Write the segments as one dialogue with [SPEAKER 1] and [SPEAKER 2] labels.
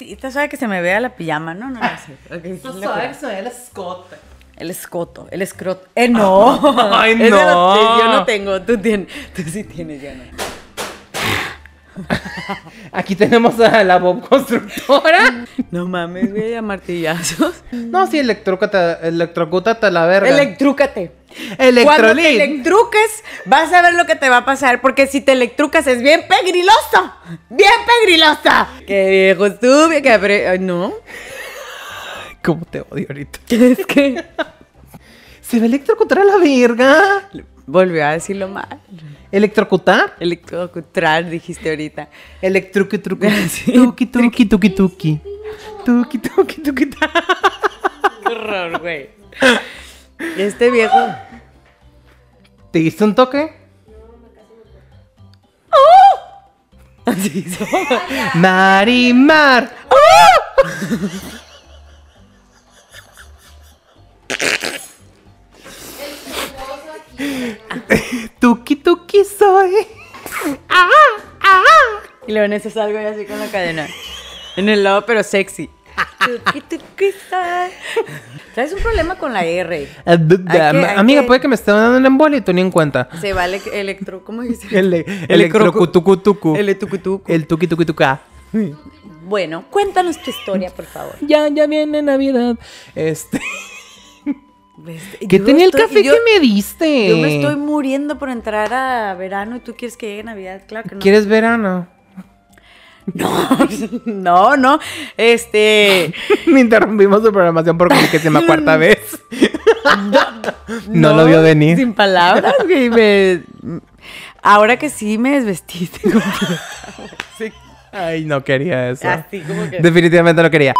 [SPEAKER 1] está suave que se me vea la pijama, ¿no? No, no, sí. Ok, sí,
[SPEAKER 2] Está
[SPEAKER 1] la
[SPEAKER 2] suave
[SPEAKER 1] pijama.
[SPEAKER 2] que se vea el escote.
[SPEAKER 1] El escoto, el escroto. Eh, no.
[SPEAKER 3] Ay,
[SPEAKER 1] Ese
[SPEAKER 3] no.
[SPEAKER 1] yo no tengo, tú tienes. Tú sí tienes, yo no.
[SPEAKER 3] Aquí tenemos a la Bob Constructora.
[SPEAKER 1] No mames, güey, a martillazos.
[SPEAKER 3] No, sí, electrocata, electrocútate a la verga.
[SPEAKER 1] Electrúcate. Cuando te
[SPEAKER 3] Electrolit.
[SPEAKER 1] electruques, vas a ver lo que te va a pasar. Porque si te electrucas, es bien pegriloso. Bien pegrilosa. Qué viejo estúpido. Que apre- Ay, No.
[SPEAKER 3] ¿Cómo te odio ahorita?
[SPEAKER 1] Es que
[SPEAKER 3] Se va a electrocutar a la verga.
[SPEAKER 1] volvió a decirlo mal.
[SPEAKER 3] ¿Electrocutar?
[SPEAKER 1] Electrocutar, dijiste ahorita.
[SPEAKER 3] Electruqui, truqui,
[SPEAKER 1] Sí.
[SPEAKER 3] tuqui, tuqui, tuqui, tuqui. Tuqui, tuqui, tuqui, ta.
[SPEAKER 1] Qué horror, güey. Este viejo.
[SPEAKER 3] ¿Te diste un toque?
[SPEAKER 1] ¡Oh! Así hizo. ¡Oh!
[SPEAKER 3] Marimar. Tuki tuki soy.
[SPEAKER 1] Y luego en eso salgo yo así con la cadena. En el lado, pero sexy. Traes un problema con la R. Hay que- hay
[SPEAKER 3] Amiga,
[SPEAKER 1] que-
[SPEAKER 3] puede que me esté dando un embolia y tú ni en cuenta.
[SPEAKER 1] Se vale que- electro. ¿Cómo dice?
[SPEAKER 3] El
[SPEAKER 1] electrocutucutucu.
[SPEAKER 3] electrocutucutucu.
[SPEAKER 1] Electucutucu.
[SPEAKER 3] El tuki tuki tuca.
[SPEAKER 1] Bueno, cuéntanos tu historia, por favor.
[SPEAKER 3] Ya, ya viene Navidad. Este.
[SPEAKER 1] Este,
[SPEAKER 3] ¿Qué
[SPEAKER 1] yo
[SPEAKER 3] tenía el
[SPEAKER 1] estoy-
[SPEAKER 3] café
[SPEAKER 1] yo-
[SPEAKER 3] que me diste?
[SPEAKER 1] Yo me estoy muriendo por entrar a verano y tú quieres que llegue Navidad. Claro que no.
[SPEAKER 3] ¿Quieres verano?
[SPEAKER 1] No, no, no. Este.
[SPEAKER 3] Interrumpimos su programación por la cuarta vez. No lo vio venir.
[SPEAKER 1] Sin palabras, güey. me- Ahora que sí me desvestiste. sí.
[SPEAKER 3] Ay, no quería eso.
[SPEAKER 2] Ah,
[SPEAKER 1] Así Ah, como que-
[SPEAKER 3] Definitivamente no quería.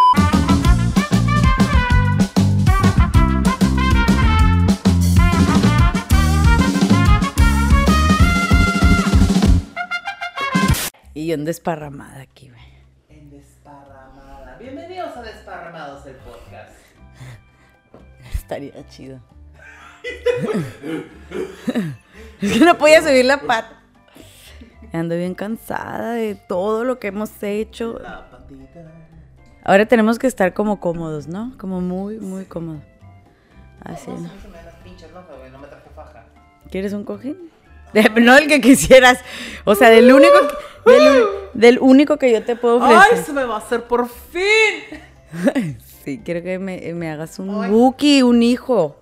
[SPEAKER 1] Y yo en desparramada aquí, güey.
[SPEAKER 2] En Desparramada. Bienvenidos a Desparramados el podcast.
[SPEAKER 1] Estaría chido. es que no podía subir la pata. Ando bien cansada de todo lo que hemos hecho.
[SPEAKER 2] La patita.
[SPEAKER 1] Ahora tenemos que estar como cómodos, ¿no? Como muy, muy cómodos. Así, ¿no?
[SPEAKER 2] Mucho me das pinches loca, güey. No me traje faja.
[SPEAKER 1] ¿Quieres un cojín? De- no el que quisieras. O sea, del único que, del, del único que yo te puedo
[SPEAKER 2] ¡Ay,
[SPEAKER 1] ofrecer.
[SPEAKER 2] se me va a hacer por fin!
[SPEAKER 1] Sí, quiero que me, me hagas un
[SPEAKER 2] Ay.
[SPEAKER 1] buki, un hijo.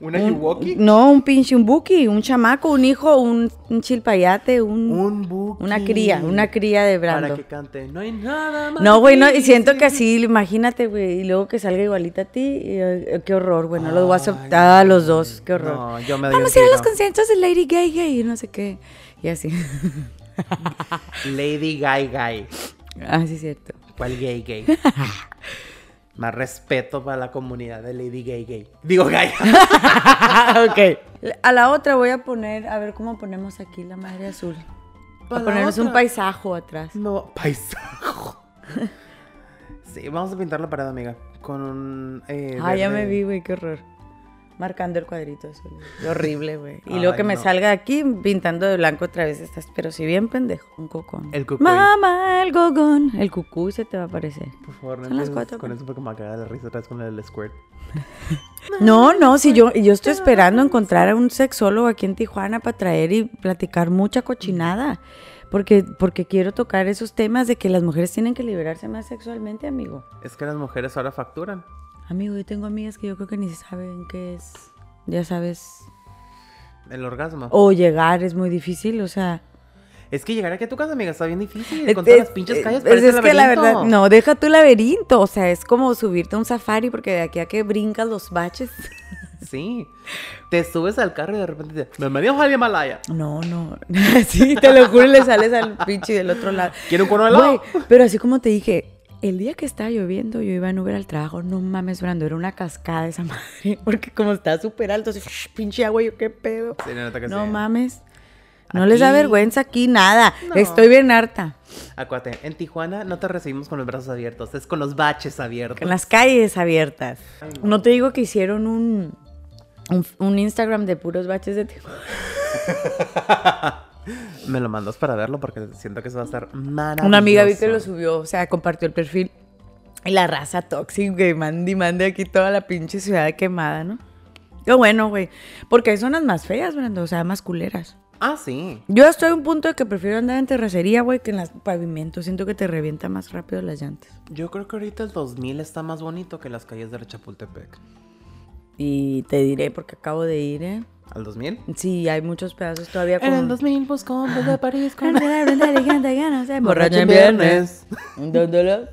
[SPEAKER 3] ¿Una
[SPEAKER 1] Un- no, un pinche, un buki, un chamaco, un hijo, un, un chilpayate, un,
[SPEAKER 2] buki.
[SPEAKER 1] una cría, una cría de Brando.
[SPEAKER 2] Para que cante. No hay nada más.
[SPEAKER 1] No, güey, no, y
[SPEAKER 2] difícil.
[SPEAKER 1] siento que así, imagínate, güey, y luego que salga igualita a ti, y, eh, qué horror, güey, no los voy a aceptar a los dos, qué horror.
[SPEAKER 3] No, yo me doy
[SPEAKER 1] Vamos a
[SPEAKER 3] un
[SPEAKER 1] ir a los
[SPEAKER 3] tiro.
[SPEAKER 1] conciertos de Lady Gaga y no sé qué, y así.
[SPEAKER 3] Lady Gay Gay.
[SPEAKER 1] ah, sí, cierto.
[SPEAKER 3] ¿Cuál gay gay? Más respeto para la comunidad de Lady Gay Gay. Digo gay.
[SPEAKER 1] ok. A la otra voy a poner, a ver cómo ponemos aquí la madre azul.
[SPEAKER 2] Pa'
[SPEAKER 3] Pues
[SPEAKER 2] la
[SPEAKER 1] A ponernos un
[SPEAKER 2] otra.
[SPEAKER 1] paisajo atrás.
[SPEAKER 3] No, paisajo. Sí, vamos a pintar la pared, amiga. Con un. eh,
[SPEAKER 1] Ah, ya
[SPEAKER 3] verde.
[SPEAKER 1] me vi, güey, qué horror. Marcando el cuadrito azul. Qué horrible, güey. Y luego
[SPEAKER 3] Ay,
[SPEAKER 1] que me
[SPEAKER 3] no.
[SPEAKER 1] salga aquí pintando de blanco otra vez estás, pero si bien pendejo, un cocón.
[SPEAKER 3] El cucuy.
[SPEAKER 1] Mamá, el cocón. El cucú se te va a aparecer.
[SPEAKER 3] Por favor, no
[SPEAKER 1] Son las
[SPEAKER 3] empieces
[SPEAKER 1] cuatro. pues.
[SPEAKER 3] con eso porque me acaba la risa atrás con el squirt.
[SPEAKER 1] No, no, si yo, yo estoy esperando encontrar a un sexólogo aquí en Tijuana para traer y platicar mucha cochinada. Porque, porque quiero tocar esos temas de que las mujeres tienen que liberarse más sexualmente, amigo.
[SPEAKER 3] Es que las mujeres ahora facturan.
[SPEAKER 1] Amigo, yo tengo amigas que yo creo que ni saben qué es, ya sabes.
[SPEAKER 3] El orgasmo.
[SPEAKER 1] O llegar es muy difícil, o sea.
[SPEAKER 3] Es que llegar aquí a tu casa, amiga, está bien difícil.
[SPEAKER 1] Es-
[SPEAKER 3] Con todas las
[SPEAKER 1] es-
[SPEAKER 3] pinches
[SPEAKER 1] es-
[SPEAKER 3] calles.
[SPEAKER 1] Es,
[SPEAKER 3] parece
[SPEAKER 1] es que la
[SPEAKER 3] laberinto.
[SPEAKER 1] verdad, no, deja tu laberinto. O sea, es como subirte a un safari porque de aquí a que brincas los baches.
[SPEAKER 3] Sí. Te subes al carro y de repente te. Bienvenidos al Himalaya.
[SPEAKER 1] No, no. Sí, te lo juro, le sales al pinche del otro lado.
[SPEAKER 3] ¿Quiere un cono de helado?
[SPEAKER 1] Güey, pero así como te dije, el día que estaba lloviendo, yo iba en Uber al trabajo. No mames, Brando, era una cascada esa madre. Porque como está súper alto, así, pinche agua, yo qué pedo.
[SPEAKER 3] Sí, la neta que
[SPEAKER 1] No
[SPEAKER 3] sí.
[SPEAKER 1] mames. No les da
[SPEAKER 3] Aquí-
[SPEAKER 1] vergüenza aquí nada. Estoy bien harta.
[SPEAKER 3] Acuate, en Tijuana no te recibimos con los brazos abiertos, es con los baches abiertos.
[SPEAKER 1] En las calles abiertas. No te digo que hicieron un, un, un Instagram de puros baches de Tijuana.
[SPEAKER 3] Me lo mandas para verlo porque siento que eso va a estar maravilloso.
[SPEAKER 1] Una amiga vi que lo subió, o sea, compartió el perfil. Y la raza tóxica, que mande mande aquí toda la pinche ciudad quemada, ¿no? Qué bueno, güey. Porque hay zonas más feas, Brando, o sea, más culeras.
[SPEAKER 3] Ah, sí.
[SPEAKER 1] Yo estoy a un punto de que prefiero andar en terracería, güey, que en los pavimentos. Siento que te revienta más rápido las llantas.
[SPEAKER 3] Yo creo que ahorita el 2000 está más bonito que las calles de Chapultepec.
[SPEAKER 1] Y te diré, porque acabo de ir, ¿eh?
[SPEAKER 3] ¿Al 2000?
[SPEAKER 1] Sí, hay muchos pedazos todavía con...
[SPEAKER 3] 2000 buscó hombres pues, de París
[SPEAKER 1] Borracho en viernes. Dándolo.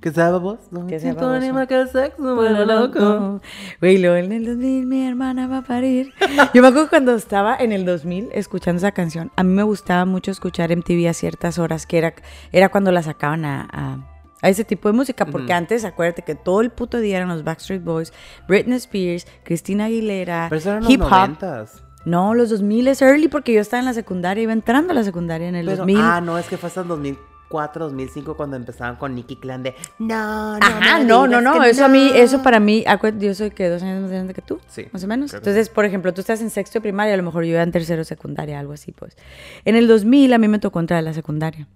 [SPEAKER 3] ¿Qué sabemos? No
[SPEAKER 1] Que sea
[SPEAKER 3] siento
[SPEAKER 1] baboso.
[SPEAKER 3] ánimo que el sexo vuela loco.
[SPEAKER 1] Güey, luego en el 2000 mi hermana va a parir. Yo me acuerdo cuando estaba en el 2000 escuchando esa canción. A mí me gustaba mucho escuchar MTV a ciertas horas, que era, era cuando la sacaban a, a- a ese tipo de música. Porque antes, acuérdate que todo el puto día eran los Backstreet Boys, Britney Spears, Christina Aguilera,
[SPEAKER 3] Pero eso eran los
[SPEAKER 1] hip hop.
[SPEAKER 3] noventas.
[SPEAKER 1] No, los 2000 es early porque yo estaba en la secundaria, iba entrando a la secundaria en el
[SPEAKER 3] Pero,
[SPEAKER 1] 2000.
[SPEAKER 3] ah, no, es que fue hasta el 2004, 2005 cuando empezaban con Nicky Clan de No, no,
[SPEAKER 1] Ajá,
[SPEAKER 3] me
[SPEAKER 1] no, no,
[SPEAKER 3] digas
[SPEAKER 1] no,
[SPEAKER 3] que
[SPEAKER 1] eso a mí,
[SPEAKER 3] no".
[SPEAKER 1] eso para mí, acuérdate, yo soy que dos años más grande que tú,
[SPEAKER 3] Sí,
[SPEAKER 1] más o menos.
[SPEAKER 3] creo que
[SPEAKER 1] Entonces, por ejemplo, tú estás en sexto de primaria, a lo mejor yo iba en tercero de secundaria, algo así, pues. En el 2000 a mí me tocó entrar a la secundaria.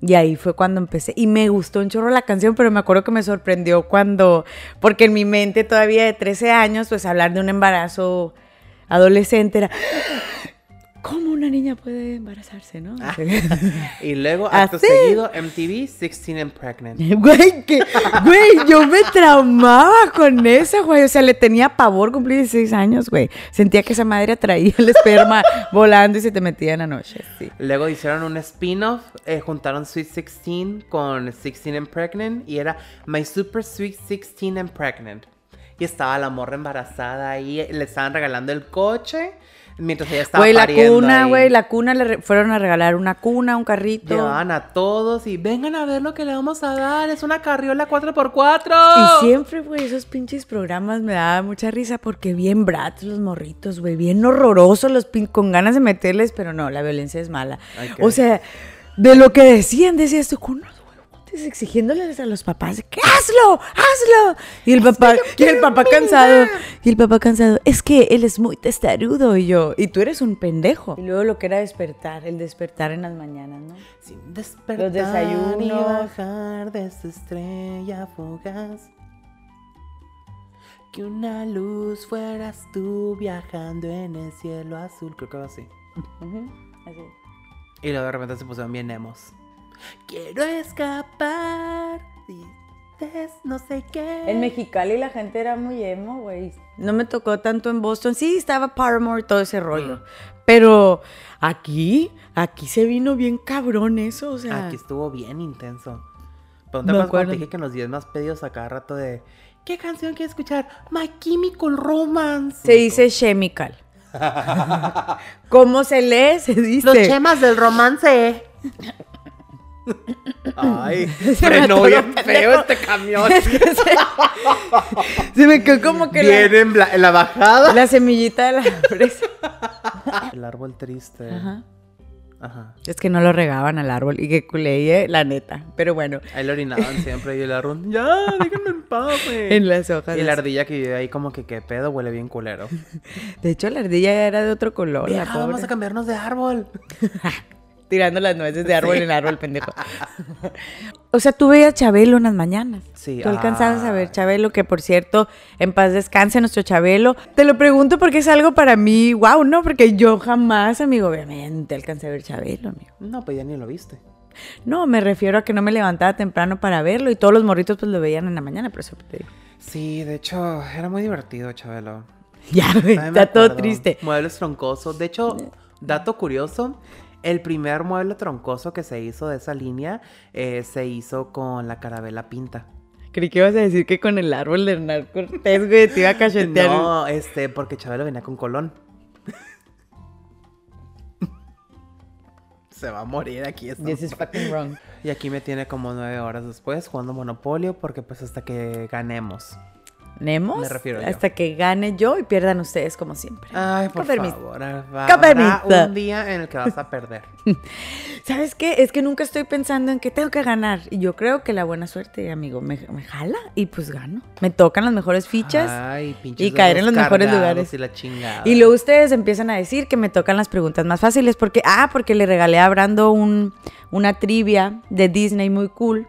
[SPEAKER 1] Y ahí fue cuando empecé. Y me gustó un chorro la canción, pero me acuerdo que me sorprendió cuando, porque en mi mente todavía de 13 años, pues hablar de un embarazo adolescente era... ¿Cómo una niña puede embarazarse, no?
[SPEAKER 3] Y luego, acto
[SPEAKER 1] Así.
[SPEAKER 3] seguido, MTV 16 and Pregnant.
[SPEAKER 1] Güey, que, güey, yo me traumaba con esa, güey. O sea, le tenía pavor cumplir 16 años, güey. Sentía que esa madre atraía el esperma volando y se te metía en la noche. Sí.
[SPEAKER 3] Luego hicieron un spin-off, eh, juntaron Sweet 16 con 16 and Pregnant y era My Super Sweet 16 and Pregnant. Y estaba la morra embarazada ahí, le estaban regalando el coche mientras ella estaba
[SPEAKER 1] Güey, la
[SPEAKER 3] pariendo
[SPEAKER 1] cuna,
[SPEAKER 3] ahí.
[SPEAKER 1] güey, la cuna, le re- fueron a regalar una cuna, un carrito.
[SPEAKER 3] Llevaban a todos y vengan a ver lo que le vamos a dar. Es una carriola 4x4.
[SPEAKER 1] Y siempre, güey, esos pinches programas me daban mucha risa porque bien bratos los morritos, güey, bien horrorosos los pin con ganas de meterles, pero no, la violencia es mala.
[SPEAKER 3] Ok.
[SPEAKER 1] O sea, de lo que decían, decías tú, con unos huevotes exigiéndoles a los papás, que hazlo, hazlo. Y el papá, y el papá cansado, y el papá cansado, es que él es muy testarudo y yo, y tú eres un pendejo. Y luego lo que era despertar, el despertar en las mañanas, ¿no?
[SPEAKER 3] Sin despertar
[SPEAKER 1] Los desayunos.
[SPEAKER 3] y bajar de esa estrella fugaz. Que una luz fueras tú viajando en el cielo azul. Creo que va así.
[SPEAKER 1] Así.
[SPEAKER 3] Y luego de repente se pusieron bien emos. Quiero escapar. y des- no sé qué.
[SPEAKER 1] En Mexicali la gente era muy emo, güey. No me tocó tanto en Boston. Sí, estaba Paramore y todo ese
[SPEAKER 3] Mm.
[SPEAKER 1] rollo. Pero aquí, aquí se vino bien cabrón eso, o sea.
[SPEAKER 3] Aquí estuvo bien intenso. Pero
[SPEAKER 1] Ah. Me
[SPEAKER 3] no te acuerdas cuando
[SPEAKER 1] acuerdo.
[SPEAKER 3] te dije que en los 10 más pedidos a cada rato de ¿Qué canción quieres escuchar? My Chemical Romance.
[SPEAKER 1] se dice chemical. ¿Cómo se lee? Se dice.
[SPEAKER 3] Los chemas del romance. Ay, frenó
[SPEAKER 1] atoró,
[SPEAKER 3] bien feo
[SPEAKER 1] pendejo.
[SPEAKER 3] este camión.
[SPEAKER 1] se me quedó como que la,
[SPEAKER 3] Viene en, la, en la bajada.
[SPEAKER 1] la semillita de la fresa.
[SPEAKER 3] El árbol triste. Ajá.
[SPEAKER 1] Ajá. Es que no lo regaban al árbol y que culé, eh, la neta. Pero bueno,
[SPEAKER 3] Ahí lo orinaban siempre y el árbol. Ya, déjenme en paz, güey".
[SPEAKER 1] en las hojas.
[SPEAKER 3] Y la ardilla que vive ahí como que qué pedo, huele bien culero.
[SPEAKER 1] De hecho, la ardilla era de otro color. la
[SPEAKER 3] Vieja, vamos
[SPEAKER 1] pobre.
[SPEAKER 3] a cambiarnos de árbol.
[SPEAKER 1] Tirando las nueces de árbol en árbol, pendejo. O sea, tú veías Chabelo en las mañanas.
[SPEAKER 3] Sí, ah.
[SPEAKER 1] Tú alcanzabas a
[SPEAKER 3] ay.
[SPEAKER 1] ver Chabelo, que por cierto, en paz descanse nuestro Chabelo. Te lo pregunto porque es algo para mí, wow, ¿no? Porque yo jamás, amigo, obviamente alcancé a ver Chabelo, amigo.
[SPEAKER 3] No, pues ya ni lo viste.
[SPEAKER 1] No, me refiero a que no me levantaba temprano para verlo y todos los morritos pues lo veían en la mañana, por eso te digo.
[SPEAKER 3] Sí, de hecho, era muy divertido, Chabelo.
[SPEAKER 1] Ya, güey,
[SPEAKER 3] Ay, me
[SPEAKER 1] está todo
[SPEAKER 3] acuerdo.
[SPEAKER 1] triste.
[SPEAKER 3] Muebles troncosos. De hecho, dato curioso, el primer mueble troncoso que se hizo de esa línea eh, se hizo con la carabela pinta.
[SPEAKER 1] Creí que ibas a decir que con el árbol de Hernán Cortés, güey, te iba a cachetear.
[SPEAKER 3] No, este, porque Chabelo venía con Colón. se va a morir aquí esto.
[SPEAKER 1] This is fucking wrong.
[SPEAKER 3] Y aquí me tiene como nueve horas después jugando Monopolio porque pues hasta que ganemos.
[SPEAKER 1] ganemos
[SPEAKER 3] Me refiero yo.
[SPEAKER 1] hasta que gane yo y pierdan ustedes como siempre.
[SPEAKER 3] Ay, por
[SPEAKER 1] Con permiso.
[SPEAKER 3] favor. Va,
[SPEAKER 1] Con
[SPEAKER 3] habrá
[SPEAKER 1] permiso.
[SPEAKER 3] un día en el que vas a perder.
[SPEAKER 1] ¿Sabes qué? Es que nunca estoy pensando en que tengo que ganar. Y yo creo que la buena suerte, amigo, me, me jala y pues gano. Me tocan las mejores fichas.
[SPEAKER 3] Ay, pinches
[SPEAKER 1] y caer en
[SPEAKER 3] dedos
[SPEAKER 1] los mejores
[SPEAKER 3] cargados
[SPEAKER 1] lugares.
[SPEAKER 3] Y la chingada.
[SPEAKER 1] Y luego ustedes empiezan a decir que me tocan las preguntas más fáciles porque, ah, porque le regalé a Brando un, una trivia de Disney muy cool.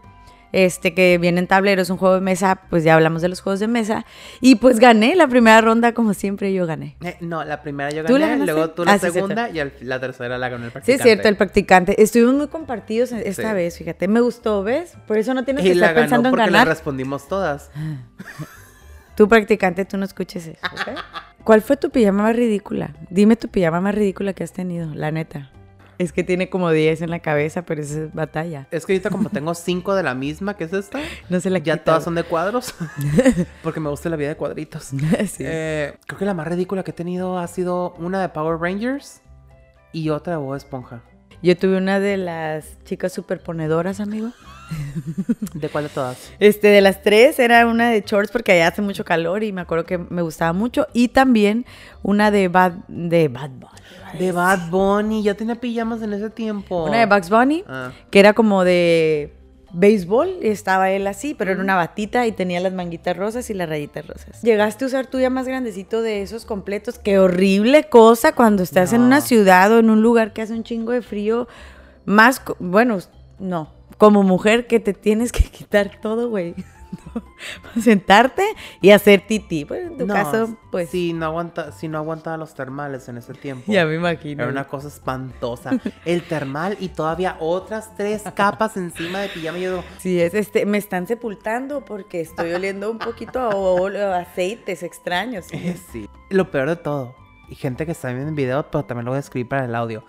[SPEAKER 1] Este que viene en tableros, un juego de mesa, pues ya hablamos de los juegos de mesa. Y pues gané la primera ronda, como siempre yo gané.
[SPEAKER 3] Eh, no, la primera yo
[SPEAKER 1] ¿Tú la
[SPEAKER 3] gané,
[SPEAKER 1] ganaste?
[SPEAKER 3] luego tú la
[SPEAKER 1] Ah, sí,
[SPEAKER 3] segunda y al- la tercera la ganó el
[SPEAKER 1] Sí,
[SPEAKER 3] practicante.
[SPEAKER 1] es cierto, el practicante. Estuvimos muy compartidos en- esta
[SPEAKER 3] Sí.
[SPEAKER 1] vez, fíjate. Me gustó, ¿ves? Por eso no tienes que
[SPEAKER 3] Y la
[SPEAKER 1] estar
[SPEAKER 3] ganó
[SPEAKER 1] pensando en
[SPEAKER 3] porque
[SPEAKER 1] ganar.
[SPEAKER 3] le respondimos todas.
[SPEAKER 1] Tú practicante, tú no escuches eso, ¿ok? ¿Cuál fue tu pijama más ridícula? Dime tu pijama más ridícula que has tenido, la neta. Es que tiene como 10 en la cabeza, pero esa es batalla.
[SPEAKER 3] Es que ahorita como tengo cinco de la misma, que es esta,
[SPEAKER 1] No se la
[SPEAKER 3] ya
[SPEAKER 1] quita,
[SPEAKER 3] todas
[SPEAKER 1] güey.
[SPEAKER 3] son de cuadros. porque me gusta la vida de cuadritos.
[SPEAKER 1] Sí.
[SPEAKER 3] Eh, creo que la más ridícula que he tenido ha sido una de Power Rangers y otra de Bob Esponja.
[SPEAKER 1] Yo tuve una de las chicas superponedoras, amigo.
[SPEAKER 3] ¿De cuál de todas?
[SPEAKER 1] Este, de las tres era una de shorts porque allá hace mucho calor y me acuerdo que me gustaba mucho. Y también una de Bad, de Bad Bunny.
[SPEAKER 3] De Bad Bunny. Yo tenía pijamas en ese tiempo.
[SPEAKER 1] Una de Bugs Bunny,
[SPEAKER 3] Ah.
[SPEAKER 1] que era como de béisbol, y estaba él así, pero era una batita y tenía las manguitas rosas y las rayitas rosas. Llegaste a usar tuya más grandecito de esos completos. Qué horrible cosa cuando estás en
[SPEAKER 3] No.
[SPEAKER 1] una ciudad o en un lugar que hace un chingo de frío. Más, co- bueno, no. Como mujer que te tienes que quitar todo, güey. Sentarte y hacer tití. Bueno, en tu
[SPEAKER 3] No,
[SPEAKER 1] caso, pues.
[SPEAKER 3] Sí, no aguanta, sí, no aguantaba los termales en ese tiempo.
[SPEAKER 1] Ya me imagino.
[SPEAKER 3] Era una cosa espantosa. El termal y todavía otras tres capas encima de pijama. Y yo digo,
[SPEAKER 1] Sí, es este, me están sepultando porque estoy oliendo un poquito a, ol- a aceites extraños.
[SPEAKER 3] eh, sí. Lo peor de todo, y gente que está viendo en video, pero también lo voy a escribir para el audio.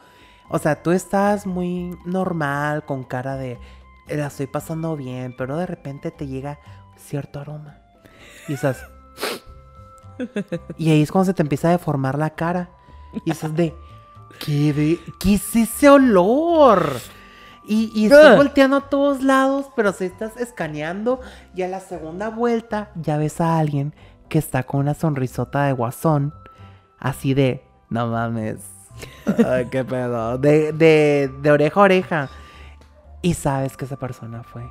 [SPEAKER 3] O sea, tú estás muy normal, con cara de "Eh, la estoy pasando bien, pero de repente te llega cierto aroma. Y estás. Y ahí es cuando se te empieza a deformar la cara. Y estás de. ¿Qué, de- ¿qué es ese olor? Y, y estás
[SPEAKER 1] Ugh.
[SPEAKER 3] volteando a todos lados, pero si estás escaneando. Y a la segunda vuelta ya ves a alguien que está con una sonrisota de guasón. Así de. No mames. Ay, qué pedo. De, de, de oreja a oreja. Y sabes que esa persona fue.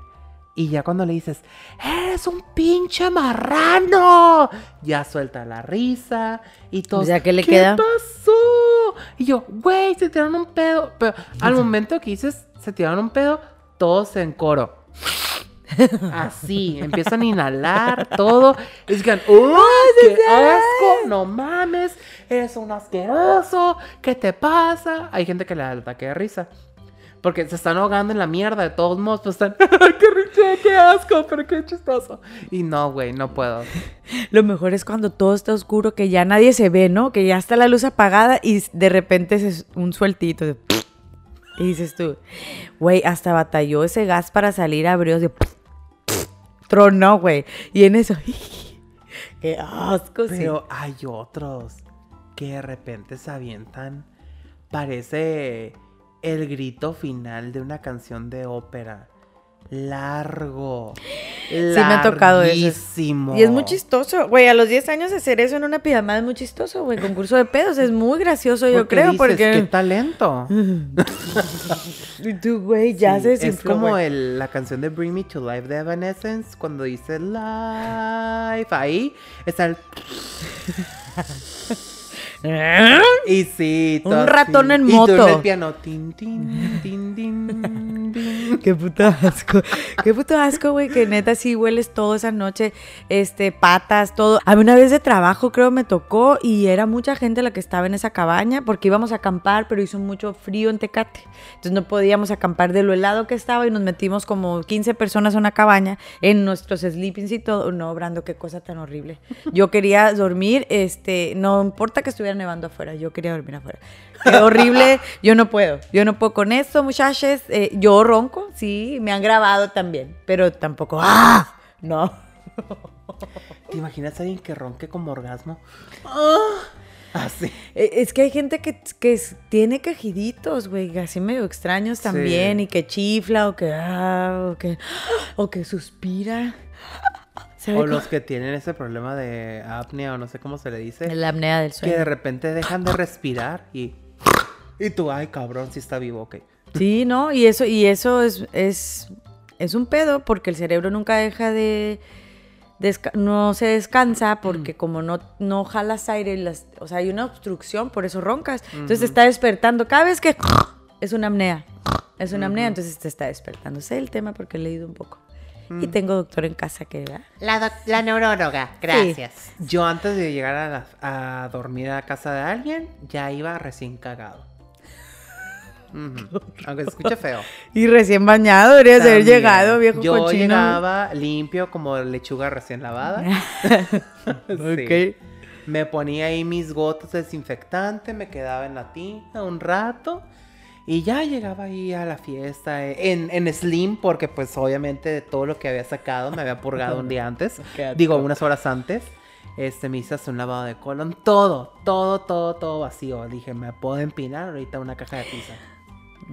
[SPEAKER 3] Y ya cuando le dices, eres un pinche marrano, ya suelta la risa y todo.
[SPEAKER 1] Ya, ¿qué le queda?
[SPEAKER 3] pasó? Y yo, güey, se tiraron un pedo. Pero al momento que dices, se tiraron un pedo, todos en coro. Así, empiezan a inhalar todo. Y digan, ¡Uy, qué asco! ¡No mames! ¡Eres un asqueroso! ¿Qué te pasa? Hay gente que le da el ataque de risa. Porque se están ahogando en la mierda, de todos modos, pues están, "Ay, ¡qué rico, qué asco, pero qué chistoso! Y no, güey, no puedo.
[SPEAKER 1] Lo mejor es cuando todo está oscuro, que ya nadie se ve, ¿no? Que ya está la luz apagada y s- de repente es un sueltito de... Y dices tú, güey, hasta batalló ese gas para salir, abrió, de... tronó, güey. Y en eso, qué asco, sí.
[SPEAKER 3] Pero hay otros que de repente se avientan. Parece el grito final de una canción de ópera. Largo.
[SPEAKER 1] Sí, me ha tocado eso.
[SPEAKER 3] larguísimo.
[SPEAKER 1] Y es muy chistoso, güey, a los 10 años hacer eso en una pijamada es muy chistoso, güey, concurso de pedos, es muy gracioso, yo
[SPEAKER 3] Porque
[SPEAKER 1] creo,
[SPEAKER 3] dices,
[SPEAKER 1] porque...
[SPEAKER 3] Qué talento.
[SPEAKER 1] Y tú, güey, ya
[SPEAKER 3] Sí,
[SPEAKER 1] se
[SPEAKER 3] Es
[SPEAKER 1] desinfló,
[SPEAKER 3] como
[SPEAKER 1] güey.
[SPEAKER 3] el- la canción de Bring Me to Life de Evanescence cuando dice Life. Ahí está el.
[SPEAKER 1] "Ah,
[SPEAKER 3] Y sí,
[SPEAKER 1] Un
[SPEAKER 3] todo así.
[SPEAKER 1] ratón en
[SPEAKER 3] Y tú
[SPEAKER 1] moto.
[SPEAKER 3] el piano. Tin, tin, tin, tin, tin.
[SPEAKER 1] Qué puto asco. Qué puto asco, güey, que neta sí hueles todo esa noche, este, patas, todo. A mí una vez de trabajo creo me tocó y era mucha gente la que estaba en esa cabaña porque íbamos a acampar, pero hizo mucho frío en Tecate. Entonces no podíamos acampar de lo helado que estaba y nos metimos como 15 personas a una cabaña en nuestros sleepings y todo. No, Brando, qué cosa tan horrible. Yo quería dormir, este, no importa que estuviera nevando afuera, yo quería dormir afuera. Qué horrible, yo no puedo, yo no puedo con esto, muchachos. Eh, yo ronco, sí, me han grabado también, pero tampoco, ¡ah! No.
[SPEAKER 3] ¿Te imaginas a alguien que ronque como orgasmo?
[SPEAKER 1] Ah.
[SPEAKER 3] Así.
[SPEAKER 1] Eh, Es que hay gente que, que es- tiene quejiditos, güey, así medio extraños también,
[SPEAKER 3] Sí.
[SPEAKER 1] y que chifla, o que, ah, o que, o que suspira. ¿Sabe
[SPEAKER 3] O
[SPEAKER 1] cómo?
[SPEAKER 3] los que tienen ese problema de apnea o no sé cómo se le dice.
[SPEAKER 4] La apnea del
[SPEAKER 3] Que
[SPEAKER 4] sueño.
[SPEAKER 3] de repente dejan de respirar y... Y tú, ay cabrón, si está vivo, ok.
[SPEAKER 1] Sí, ¿no? Y eso, y eso es, es, es un pedo porque el cerebro nunca deja de... desca- no se descansa porque como no, no jalas aire, y las, o sea, hay una obstrucción, por eso roncas. Entonces te está despertando. Cada vez que es una apnea, es una apnea, entonces te está despertando. Sé el tema porque he leído un poco. Y tengo doctor en casa que da.
[SPEAKER 4] La, doc- la neuróloga,
[SPEAKER 3] Yo antes de llegar a, la- a dormir a casa de alguien, ya iba recién cagado. Ujú. Aunque se escuche feo.
[SPEAKER 1] Y recién bañado, deberías haber
[SPEAKER 3] También.
[SPEAKER 1] llegado, viejo
[SPEAKER 3] Yo
[SPEAKER 1] cochino.
[SPEAKER 3] llegaba limpio como lechuga recién lavada. Sí. Me ponía ahí mis gotas de desinfectante, me quedaba en la tina un rato y ya llegaba ahí a la fiesta eh, en, en slim porque pues obviamente de todo lo que había sacado me había purgado un día antes, digo unas horas antes. Este, me hice hacer un lavado de colon, todo, todo, todo, todo vacío. Dije, me puedo empinar ahorita una caja de pizza.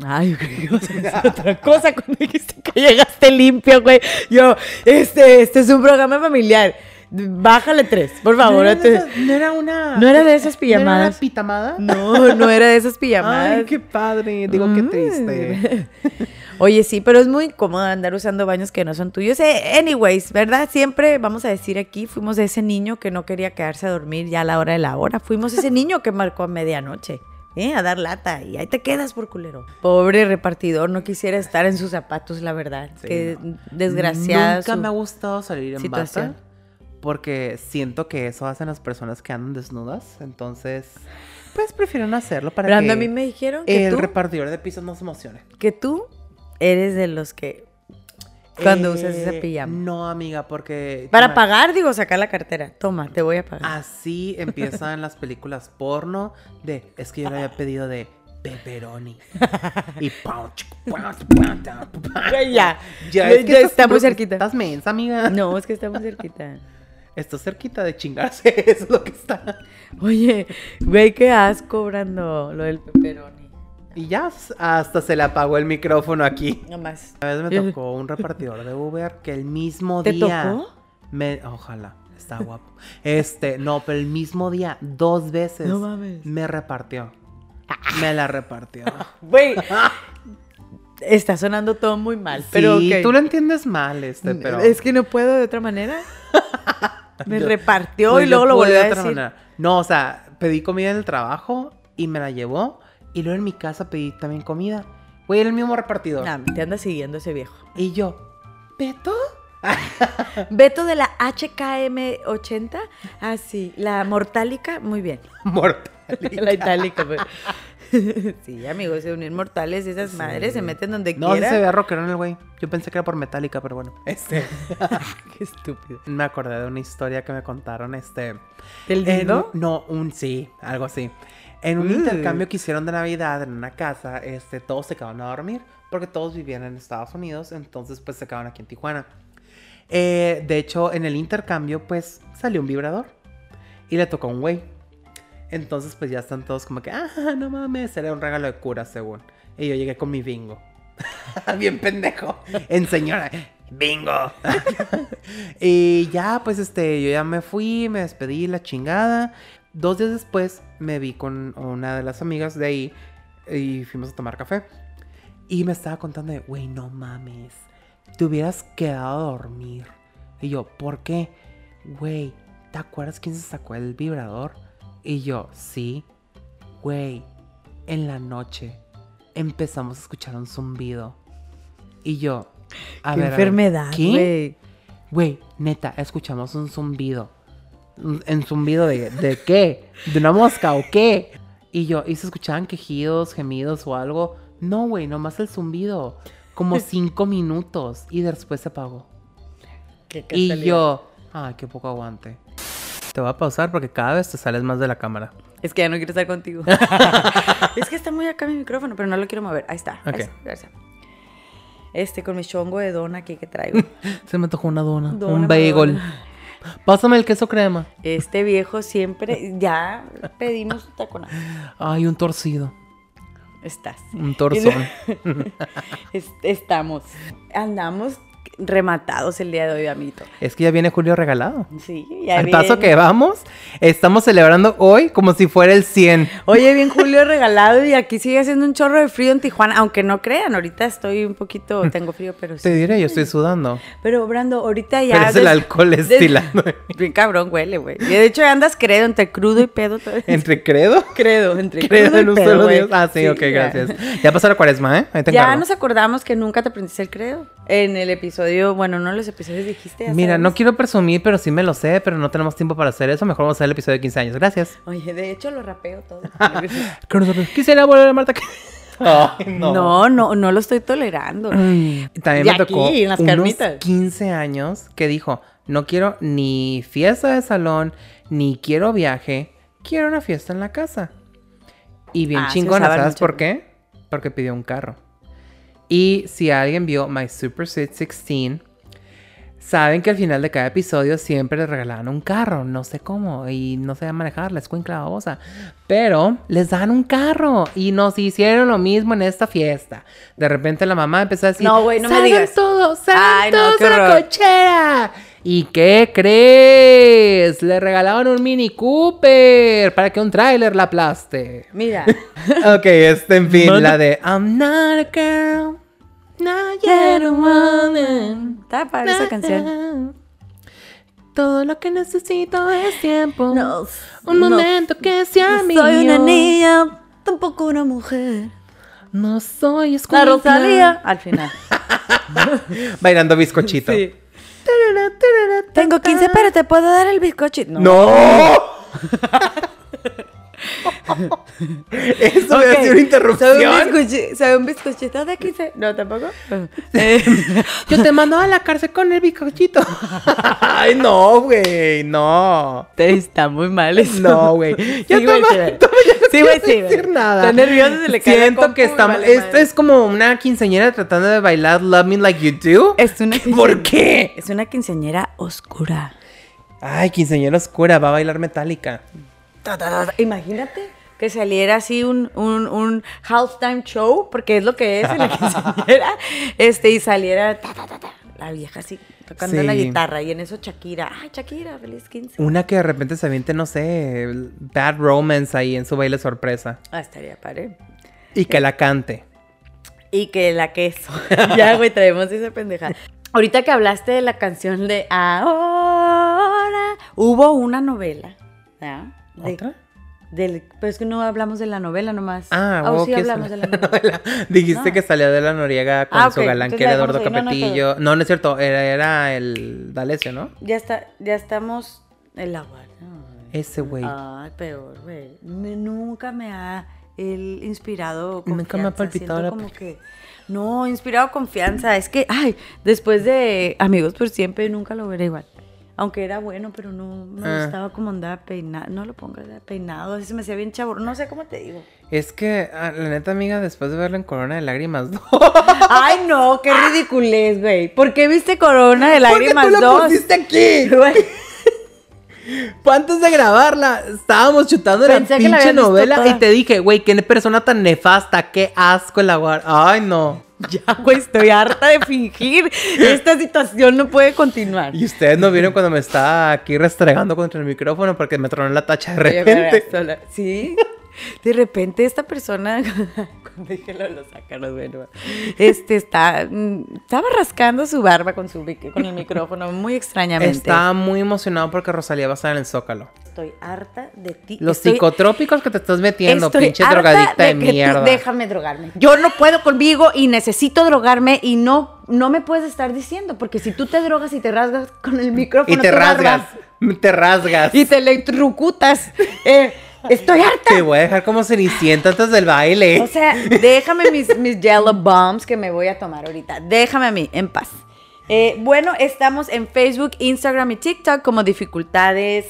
[SPEAKER 1] Ay, yo creí que ibas a decir otra cosa cuando dijiste que llegaste limpio, güey. Yo, este, este es un programa familiar. Bájale tres, por favor.
[SPEAKER 3] ¿No era, de
[SPEAKER 1] antes-
[SPEAKER 3] esas- no era una...
[SPEAKER 1] No era de esas
[SPEAKER 3] ¿no era una
[SPEAKER 1] pijamadas.
[SPEAKER 3] pitamada?
[SPEAKER 1] No, no era de esas pijamadas. Mm.
[SPEAKER 3] Ay, qué padre. Digo, qué triste.
[SPEAKER 1] Oye, sí, pero es muy incómodo andar usando baños que no son tuyos. Eh, anyways, ¿verdad? Siempre vamos a decir aquí, fuimos de ese niño que no quería quedarse a dormir ya a la hora de la hora. Fuimos ese niño que marcó a medianoche. ¿eh? a dar lata y ahí te quedas por culero. Pobre repartidor, no quisiera estar en sus zapatos, la verdad.
[SPEAKER 3] Sí,
[SPEAKER 1] que
[SPEAKER 3] no.
[SPEAKER 1] desgraciada.
[SPEAKER 3] Nunca
[SPEAKER 1] su-
[SPEAKER 3] me ha gustado salir en
[SPEAKER 1] situación.
[SPEAKER 3] bata porque siento que eso hacen las personas que andan desnudas. Entonces, pues prefiero no hacerlo para
[SPEAKER 1] Brando,
[SPEAKER 3] que
[SPEAKER 1] a mí me dijeron que
[SPEAKER 3] el
[SPEAKER 1] tú,
[SPEAKER 3] repartidor de pisos no se emocione.
[SPEAKER 1] que tú eres de los que cuando
[SPEAKER 3] Eh,
[SPEAKER 1] usas esa pijama.
[SPEAKER 3] No, amiga, porque...
[SPEAKER 1] Para
[SPEAKER 3] chama,
[SPEAKER 1] pagar, digo, sacar la cartera. Toma, te voy a pagar.
[SPEAKER 3] Así empiezan las películas porno de... Es que yo le había pedido de... Pepperoni. y pau, chic, pau, pau, pau, pau.
[SPEAKER 1] Güey, ya.
[SPEAKER 3] Ya,
[SPEAKER 1] Ya-
[SPEAKER 3] es que
[SPEAKER 1] ya
[SPEAKER 3] estás-
[SPEAKER 1] está muy cerquita.
[SPEAKER 3] Estás mensa, amiga.
[SPEAKER 1] No, es que estamos cerquita.
[SPEAKER 3] Estás cerquita de chingarse, es lo que está.
[SPEAKER 1] Oye, güey, qué asco, Brando, lo del pepperoni.
[SPEAKER 3] Y ya s- hasta se le apagó el micrófono aquí.
[SPEAKER 1] Nomás.
[SPEAKER 3] Una vez me tocó un repartidor de Uber que el mismo
[SPEAKER 1] ¿Te
[SPEAKER 3] día.
[SPEAKER 1] tocó?
[SPEAKER 3] Me, ojalá, está guapo. Este, no, pero el mismo día, dos veces.
[SPEAKER 1] No mames.
[SPEAKER 3] Me repartió. Me la repartió.
[SPEAKER 1] Güey, está sonando todo muy mal, pero
[SPEAKER 3] pero
[SPEAKER 1] ok. Mm,
[SPEAKER 3] tú lo entiendes mal, este, pero.
[SPEAKER 1] Es que no puedo de otra manera. Me
[SPEAKER 3] Yo-
[SPEAKER 1] repartió
[SPEAKER 3] Pues
[SPEAKER 1] y
[SPEAKER 3] yo
[SPEAKER 1] luego lo
[SPEAKER 3] pude
[SPEAKER 1] volví
[SPEAKER 3] de
[SPEAKER 1] a
[SPEAKER 3] otra
[SPEAKER 1] decir.
[SPEAKER 3] manera. No, o sea, pedí comida en el trabajo y me la llevó. Y luego en mi casa pedí también comida. Güey, era el mismo repartidor.
[SPEAKER 1] Nah, te anda siguiendo ese viejo.
[SPEAKER 3] Y yo, ¿Beto?
[SPEAKER 1] Beto de la HKM80, así, Ah, la mortálica, muy bien.
[SPEAKER 3] Mortal.
[SPEAKER 1] La itálica, pues. Sí, amigos, se unen mortales, esas madres se meten donde
[SPEAKER 3] No, sí
[SPEAKER 1] quieran.
[SPEAKER 3] se veía rockerón el güey. Yo pensé que era por Metallica, pero bueno. Este.
[SPEAKER 1] Qué estúpido.
[SPEAKER 3] Me acordé de una historia que me contaron, este.
[SPEAKER 1] ¿Del
[SPEAKER 3] en-
[SPEAKER 1] dildo?
[SPEAKER 3] No, un sí, algo así. En un
[SPEAKER 1] Mm.
[SPEAKER 3] intercambio que hicieron de Navidad en una casa, este, todos se quedaron a dormir porque todos vivían en Estados Unidos, entonces pues se quedaron aquí en Tijuana. Eh, de hecho, en el intercambio pues salió un vibrador y le tocó a un güey. Entonces pues ya están todos como que, ah, no mames, era un regalo de cura según. Y yo llegué con mi bingo. Bien pendejo. En señora. Bingo. y ya, pues este, yo ya me fui, me despedí, la chingada. Dos días después me vi con una de las amigas de ahí y fuimos a tomar café. Y me estaba contando de, güey, no mames, te hubieras quedado a dormir. Y yo, ¿por qué? Güey, ¿te acuerdas quién se sacó el vibrador? Y yo, sí. Güey, en la noche empezamos a escuchar un zumbido. Y yo, a
[SPEAKER 1] Qué
[SPEAKER 3] ver, a ver,
[SPEAKER 1] enfermedad,
[SPEAKER 3] ¿qué?
[SPEAKER 1] güey.
[SPEAKER 3] Güey, neta, escuchamos un zumbido. Un en zumbido de, de qué? ¿De una mosca o qué? Y yo, ¿y se escuchaban quejidos, gemidos o algo? No, güey, nomás el zumbido. Como cinco minutos y después se apagó. Y yo, ay, qué poco aguante. Te voy a pausar porque cada vez te sales más de la cámara.
[SPEAKER 1] Es que ya no quiero estar contigo. es que está muy acá mi micrófono, pero no lo quiero mover. Ahí está. ahí
[SPEAKER 3] Ok.
[SPEAKER 1] está, ahí está. Este, con mi chongo de dona aquí que traigo.
[SPEAKER 3] Se me tocó una dona,
[SPEAKER 1] Dona,
[SPEAKER 3] un bagel.
[SPEAKER 1] Madonna.
[SPEAKER 3] Pásame el queso crema.
[SPEAKER 1] Este viejo siempre, ya pedimos un tacón.
[SPEAKER 3] Ay, un torcido.
[SPEAKER 1] Estás.
[SPEAKER 3] Un torzón.
[SPEAKER 1] Es- estamos. Andamos rematados el día de hoy, amiguito.
[SPEAKER 3] Es que ya viene Julio regalado.
[SPEAKER 1] Sí, ya
[SPEAKER 3] Al paso
[SPEAKER 1] viene.
[SPEAKER 3] que vamos, estamos celebrando hoy como si fuera el 100.
[SPEAKER 1] Oye, bien Julio regalado y aquí sigue haciendo un chorro de frío en Tijuana, aunque no crean, ahorita estoy un poquito, tengo frío, pero
[SPEAKER 3] Te
[SPEAKER 1] sí.
[SPEAKER 3] diré, yo estoy sudando.
[SPEAKER 1] Pero Brando, ahorita ya...
[SPEAKER 3] Pero es el
[SPEAKER 1] des-
[SPEAKER 3] alcohol
[SPEAKER 1] des-
[SPEAKER 3] estilando.
[SPEAKER 1] Bien cabrón huele, güey. Y De hecho andas credo entre crudo y pedo. todo el-
[SPEAKER 3] Entre credo.
[SPEAKER 1] credo, entre
[SPEAKER 3] Credo
[SPEAKER 1] crudo
[SPEAKER 3] en
[SPEAKER 1] y
[SPEAKER 3] un
[SPEAKER 1] pedo,
[SPEAKER 3] solo
[SPEAKER 1] güey.
[SPEAKER 3] Dios. Ah, sí, ok,
[SPEAKER 1] ya.
[SPEAKER 3] gracias. Ya pasó la cuaresma, ¿eh? Ahí te
[SPEAKER 1] Ya
[SPEAKER 3] encargo.
[SPEAKER 1] nos acordamos que nunca te aprendiste el credo. En el episodio, bueno, no en los episodios dijiste. ya
[SPEAKER 3] Mira, no
[SPEAKER 1] sabemos.
[SPEAKER 3] quiero presumir, pero sí me lo sé, pero no tenemos tiempo para hacer eso. Mejor vamos a hacer el episodio de 15 años. Gracias.
[SPEAKER 1] Oye, de hecho lo rapeo todo.
[SPEAKER 3] Quisiera volver a Marta. Ay,
[SPEAKER 1] no. no, no, lo estoy tolerando.
[SPEAKER 3] Mm.
[SPEAKER 1] Mm.
[SPEAKER 3] También
[SPEAKER 1] De
[SPEAKER 3] me tocó
[SPEAKER 1] aquí, en las
[SPEAKER 3] unos
[SPEAKER 1] carnitas.
[SPEAKER 3] 15 años que dijo, no quiero ni fiesta de salón, ni quiero viaje, quiero una fiesta en la casa. Y bien
[SPEAKER 1] Ah, se
[SPEAKER 3] chingona,
[SPEAKER 1] usaban
[SPEAKER 3] ¿sabes
[SPEAKER 1] mucho.
[SPEAKER 3] por qué? Porque pidió un carro. Y si alguien vio My Super Sweet 16, saben que al final de cada episodio siempre les regalaban un carro, no sé cómo, y no sé manejar, la escuincla babosa. Pero les dan un carro y nos hicieron lo mismo en esta fiesta. De repente la mamá empezó a decir,
[SPEAKER 1] No, güey, no me
[SPEAKER 3] "Salgan
[SPEAKER 1] digas".
[SPEAKER 3] todos, salgan
[SPEAKER 1] Ay, no,
[SPEAKER 3] todos
[SPEAKER 1] qué
[SPEAKER 3] a la
[SPEAKER 1] horror.
[SPEAKER 3] cochera. ¿Y qué crees? Le regalaban un Mini Cooper para que un tráiler la aplaste.
[SPEAKER 1] Mira,
[SPEAKER 3] Ok, este, en fin, la de I'm not a girl, not yet a woman.
[SPEAKER 1] está para esa canción.
[SPEAKER 3] Todo lo que necesito es tiempo.
[SPEAKER 1] No,
[SPEAKER 3] un
[SPEAKER 1] no.
[SPEAKER 3] momento que sea mío.
[SPEAKER 1] Soy una niña, tampoco una mujer.
[SPEAKER 3] No soy
[SPEAKER 1] La
[SPEAKER 3] escuela.
[SPEAKER 1] Rosalía. Al final.
[SPEAKER 3] Bailando bizcochito. Tarara, tarara,
[SPEAKER 1] Tengo 15, pero te puedo dar el bizcocho.
[SPEAKER 3] ¡No! Eso debe
[SPEAKER 1] Ok,
[SPEAKER 3] ser una
[SPEAKER 1] ¿Sabe un,
[SPEAKER 3] interrupción.
[SPEAKER 1] bizcochi- sabe un bizcochito de 15? No, tampoco. Eh,
[SPEAKER 3] Yo te mando a la cárcel con el bizcochito. Ay, no, güey. No.
[SPEAKER 1] Está muy mal eso.
[SPEAKER 3] No, güey. Ya
[SPEAKER 1] güey,
[SPEAKER 3] toma-
[SPEAKER 1] sí, güey.
[SPEAKER 3] toma, ya no
[SPEAKER 1] Sí, güey,
[SPEAKER 3] quiero
[SPEAKER 1] sí, güey.
[SPEAKER 3] decir nada.
[SPEAKER 1] Está nervioso, se le cae la
[SPEAKER 3] Siento
[SPEAKER 1] compu
[SPEAKER 3] que
[SPEAKER 1] y
[SPEAKER 3] estamos.
[SPEAKER 1] vale
[SPEAKER 3] esto
[SPEAKER 1] madre.
[SPEAKER 3] es como una quinceañera tratando de bailar Love Me Like You Do.
[SPEAKER 1] Es una
[SPEAKER 3] ¿Por qué?
[SPEAKER 1] Es una quinceañera oscura.
[SPEAKER 3] Ay, quinceañera oscura, va a bailar metálica.
[SPEAKER 1] Ta, ta, ta, ta. Imagínate que saliera así un, un, un halftime show, porque es lo que es en la quinceañera, este, y saliera ta, ta, ta, ta, la vieja así tocando la
[SPEAKER 3] Sí.
[SPEAKER 1] guitarra, y en eso Shakira, ay Shakira, feliz 15.
[SPEAKER 3] Una que de repente se aviente, no sé, Bad Romance ahí en su baile sorpresa.
[SPEAKER 1] Ah, estaría padre.
[SPEAKER 3] Y que la cante.
[SPEAKER 1] Y que la queso. ya, güey, traemos esa pendejada. Ahorita que hablaste de la canción de Ahora, hubo una novela, ¿verdad? De-
[SPEAKER 3] ¿Otra?
[SPEAKER 1] Del, pero es que no hablamos de la novela nomás.
[SPEAKER 3] Ah,
[SPEAKER 1] o
[SPEAKER 3] wow,
[SPEAKER 1] oh, sí
[SPEAKER 3] ¿qué es
[SPEAKER 1] hablamos de la novela.
[SPEAKER 3] Dijiste
[SPEAKER 1] No.
[SPEAKER 3] que salió de la Noriega con
[SPEAKER 1] Ah,
[SPEAKER 3] su
[SPEAKER 1] ok,
[SPEAKER 3] galán que
[SPEAKER 1] entonces
[SPEAKER 3] era
[SPEAKER 1] la dejamos
[SPEAKER 3] Eduardo
[SPEAKER 1] ahí, no, no hay
[SPEAKER 3] Capetillo. No, no es cierto, era, era el D'Alessio, ¿no?
[SPEAKER 1] Ya está, ya estamos en la guardia.
[SPEAKER 3] Ese güey.
[SPEAKER 1] Ay, peor, güey. Me- Nunca me ha él inspirado confianza.
[SPEAKER 3] Nunca me ha palpitado
[SPEAKER 1] Siento
[SPEAKER 3] la
[SPEAKER 1] como que no, inspirado confianza. Es que, ay, después de Amigos por Siempre nunca lo veré igual. Aunque era bueno, pero no me
[SPEAKER 3] Ah.
[SPEAKER 1] gustaba como andaba peinado. No lo pongas de peinado, así se me hacía bien chavo. No sé cómo te digo.
[SPEAKER 3] Es que, ah, la neta, amiga, después de verlo en Corona de Lágrimas 2.
[SPEAKER 1] Ay, no, qué ridiculez, güey. ¿Por qué viste Corona de Lágrimas 2?
[SPEAKER 3] aquí?
[SPEAKER 1] Güey.
[SPEAKER 3] Antes de grabarla, estábamos chutando
[SPEAKER 1] Pensé
[SPEAKER 3] la
[SPEAKER 1] que la
[SPEAKER 3] pinche
[SPEAKER 1] habías visto
[SPEAKER 3] novela
[SPEAKER 1] toda.
[SPEAKER 3] y te dije, güey, qué persona tan nefasta, qué asco el aguar. Ay, no.
[SPEAKER 1] Ya, güey, estoy harta de fingir. Esta situación no puede continuar.
[SPEAKER 3] Y ustedes no vieron cuando me estaba aquí restregando contra el micrófono porque me tronó la tacha de repente.
[SPEAKER 1] Sí. De repente esta persona, cuando dije lo de los ácaros, bueno, este está, mm, estaba rascando su barba con su mic- con el micrófono muy extrañamente.
[SPEAKER 3] Estaba muy emocionado porque Rosalía va a estar en el Zócalo.
[SPEAKER 1] Estoy harta de ti.
[SPEAKER 3] Los
[SPEAKER 1] Estoy-
[SPEAKER 3] psicotrópicos que te estás metiendo,
[SPEAKER 1] Estoy
[SPEAKER 3] pinche
[SPEAKER 1] harta
[SPEAKER 3] drogadicta de,
[SPEAKER 1] que tú-
[SPEAKER 3] mierda.
[SPEAKER 1] déjame drogarme. Yo no puedo conmigo y necesito drogarme y no, no me puedes estar diciendo, porque si tú te drogas y te rasgas con el micrófono,
[SPEAKER 3] Y te
[SPEAKER 1] tu barba,
[SPEAKER 3] rasgas. Te rasgas.
[SPEAKER 1] y te electrocutas. Eh, estoy harta.
[SPEAKER 3] Te voy a dejar como cenicienta antes del baile.
[SPEAKER 1] O sea, déjame mis, mis yellow bombs que me voy a tomar ahorita. Déjame a mí, en paz. Eh, bueno, estamos en Facebook, Instagram y TikTok como dificultades.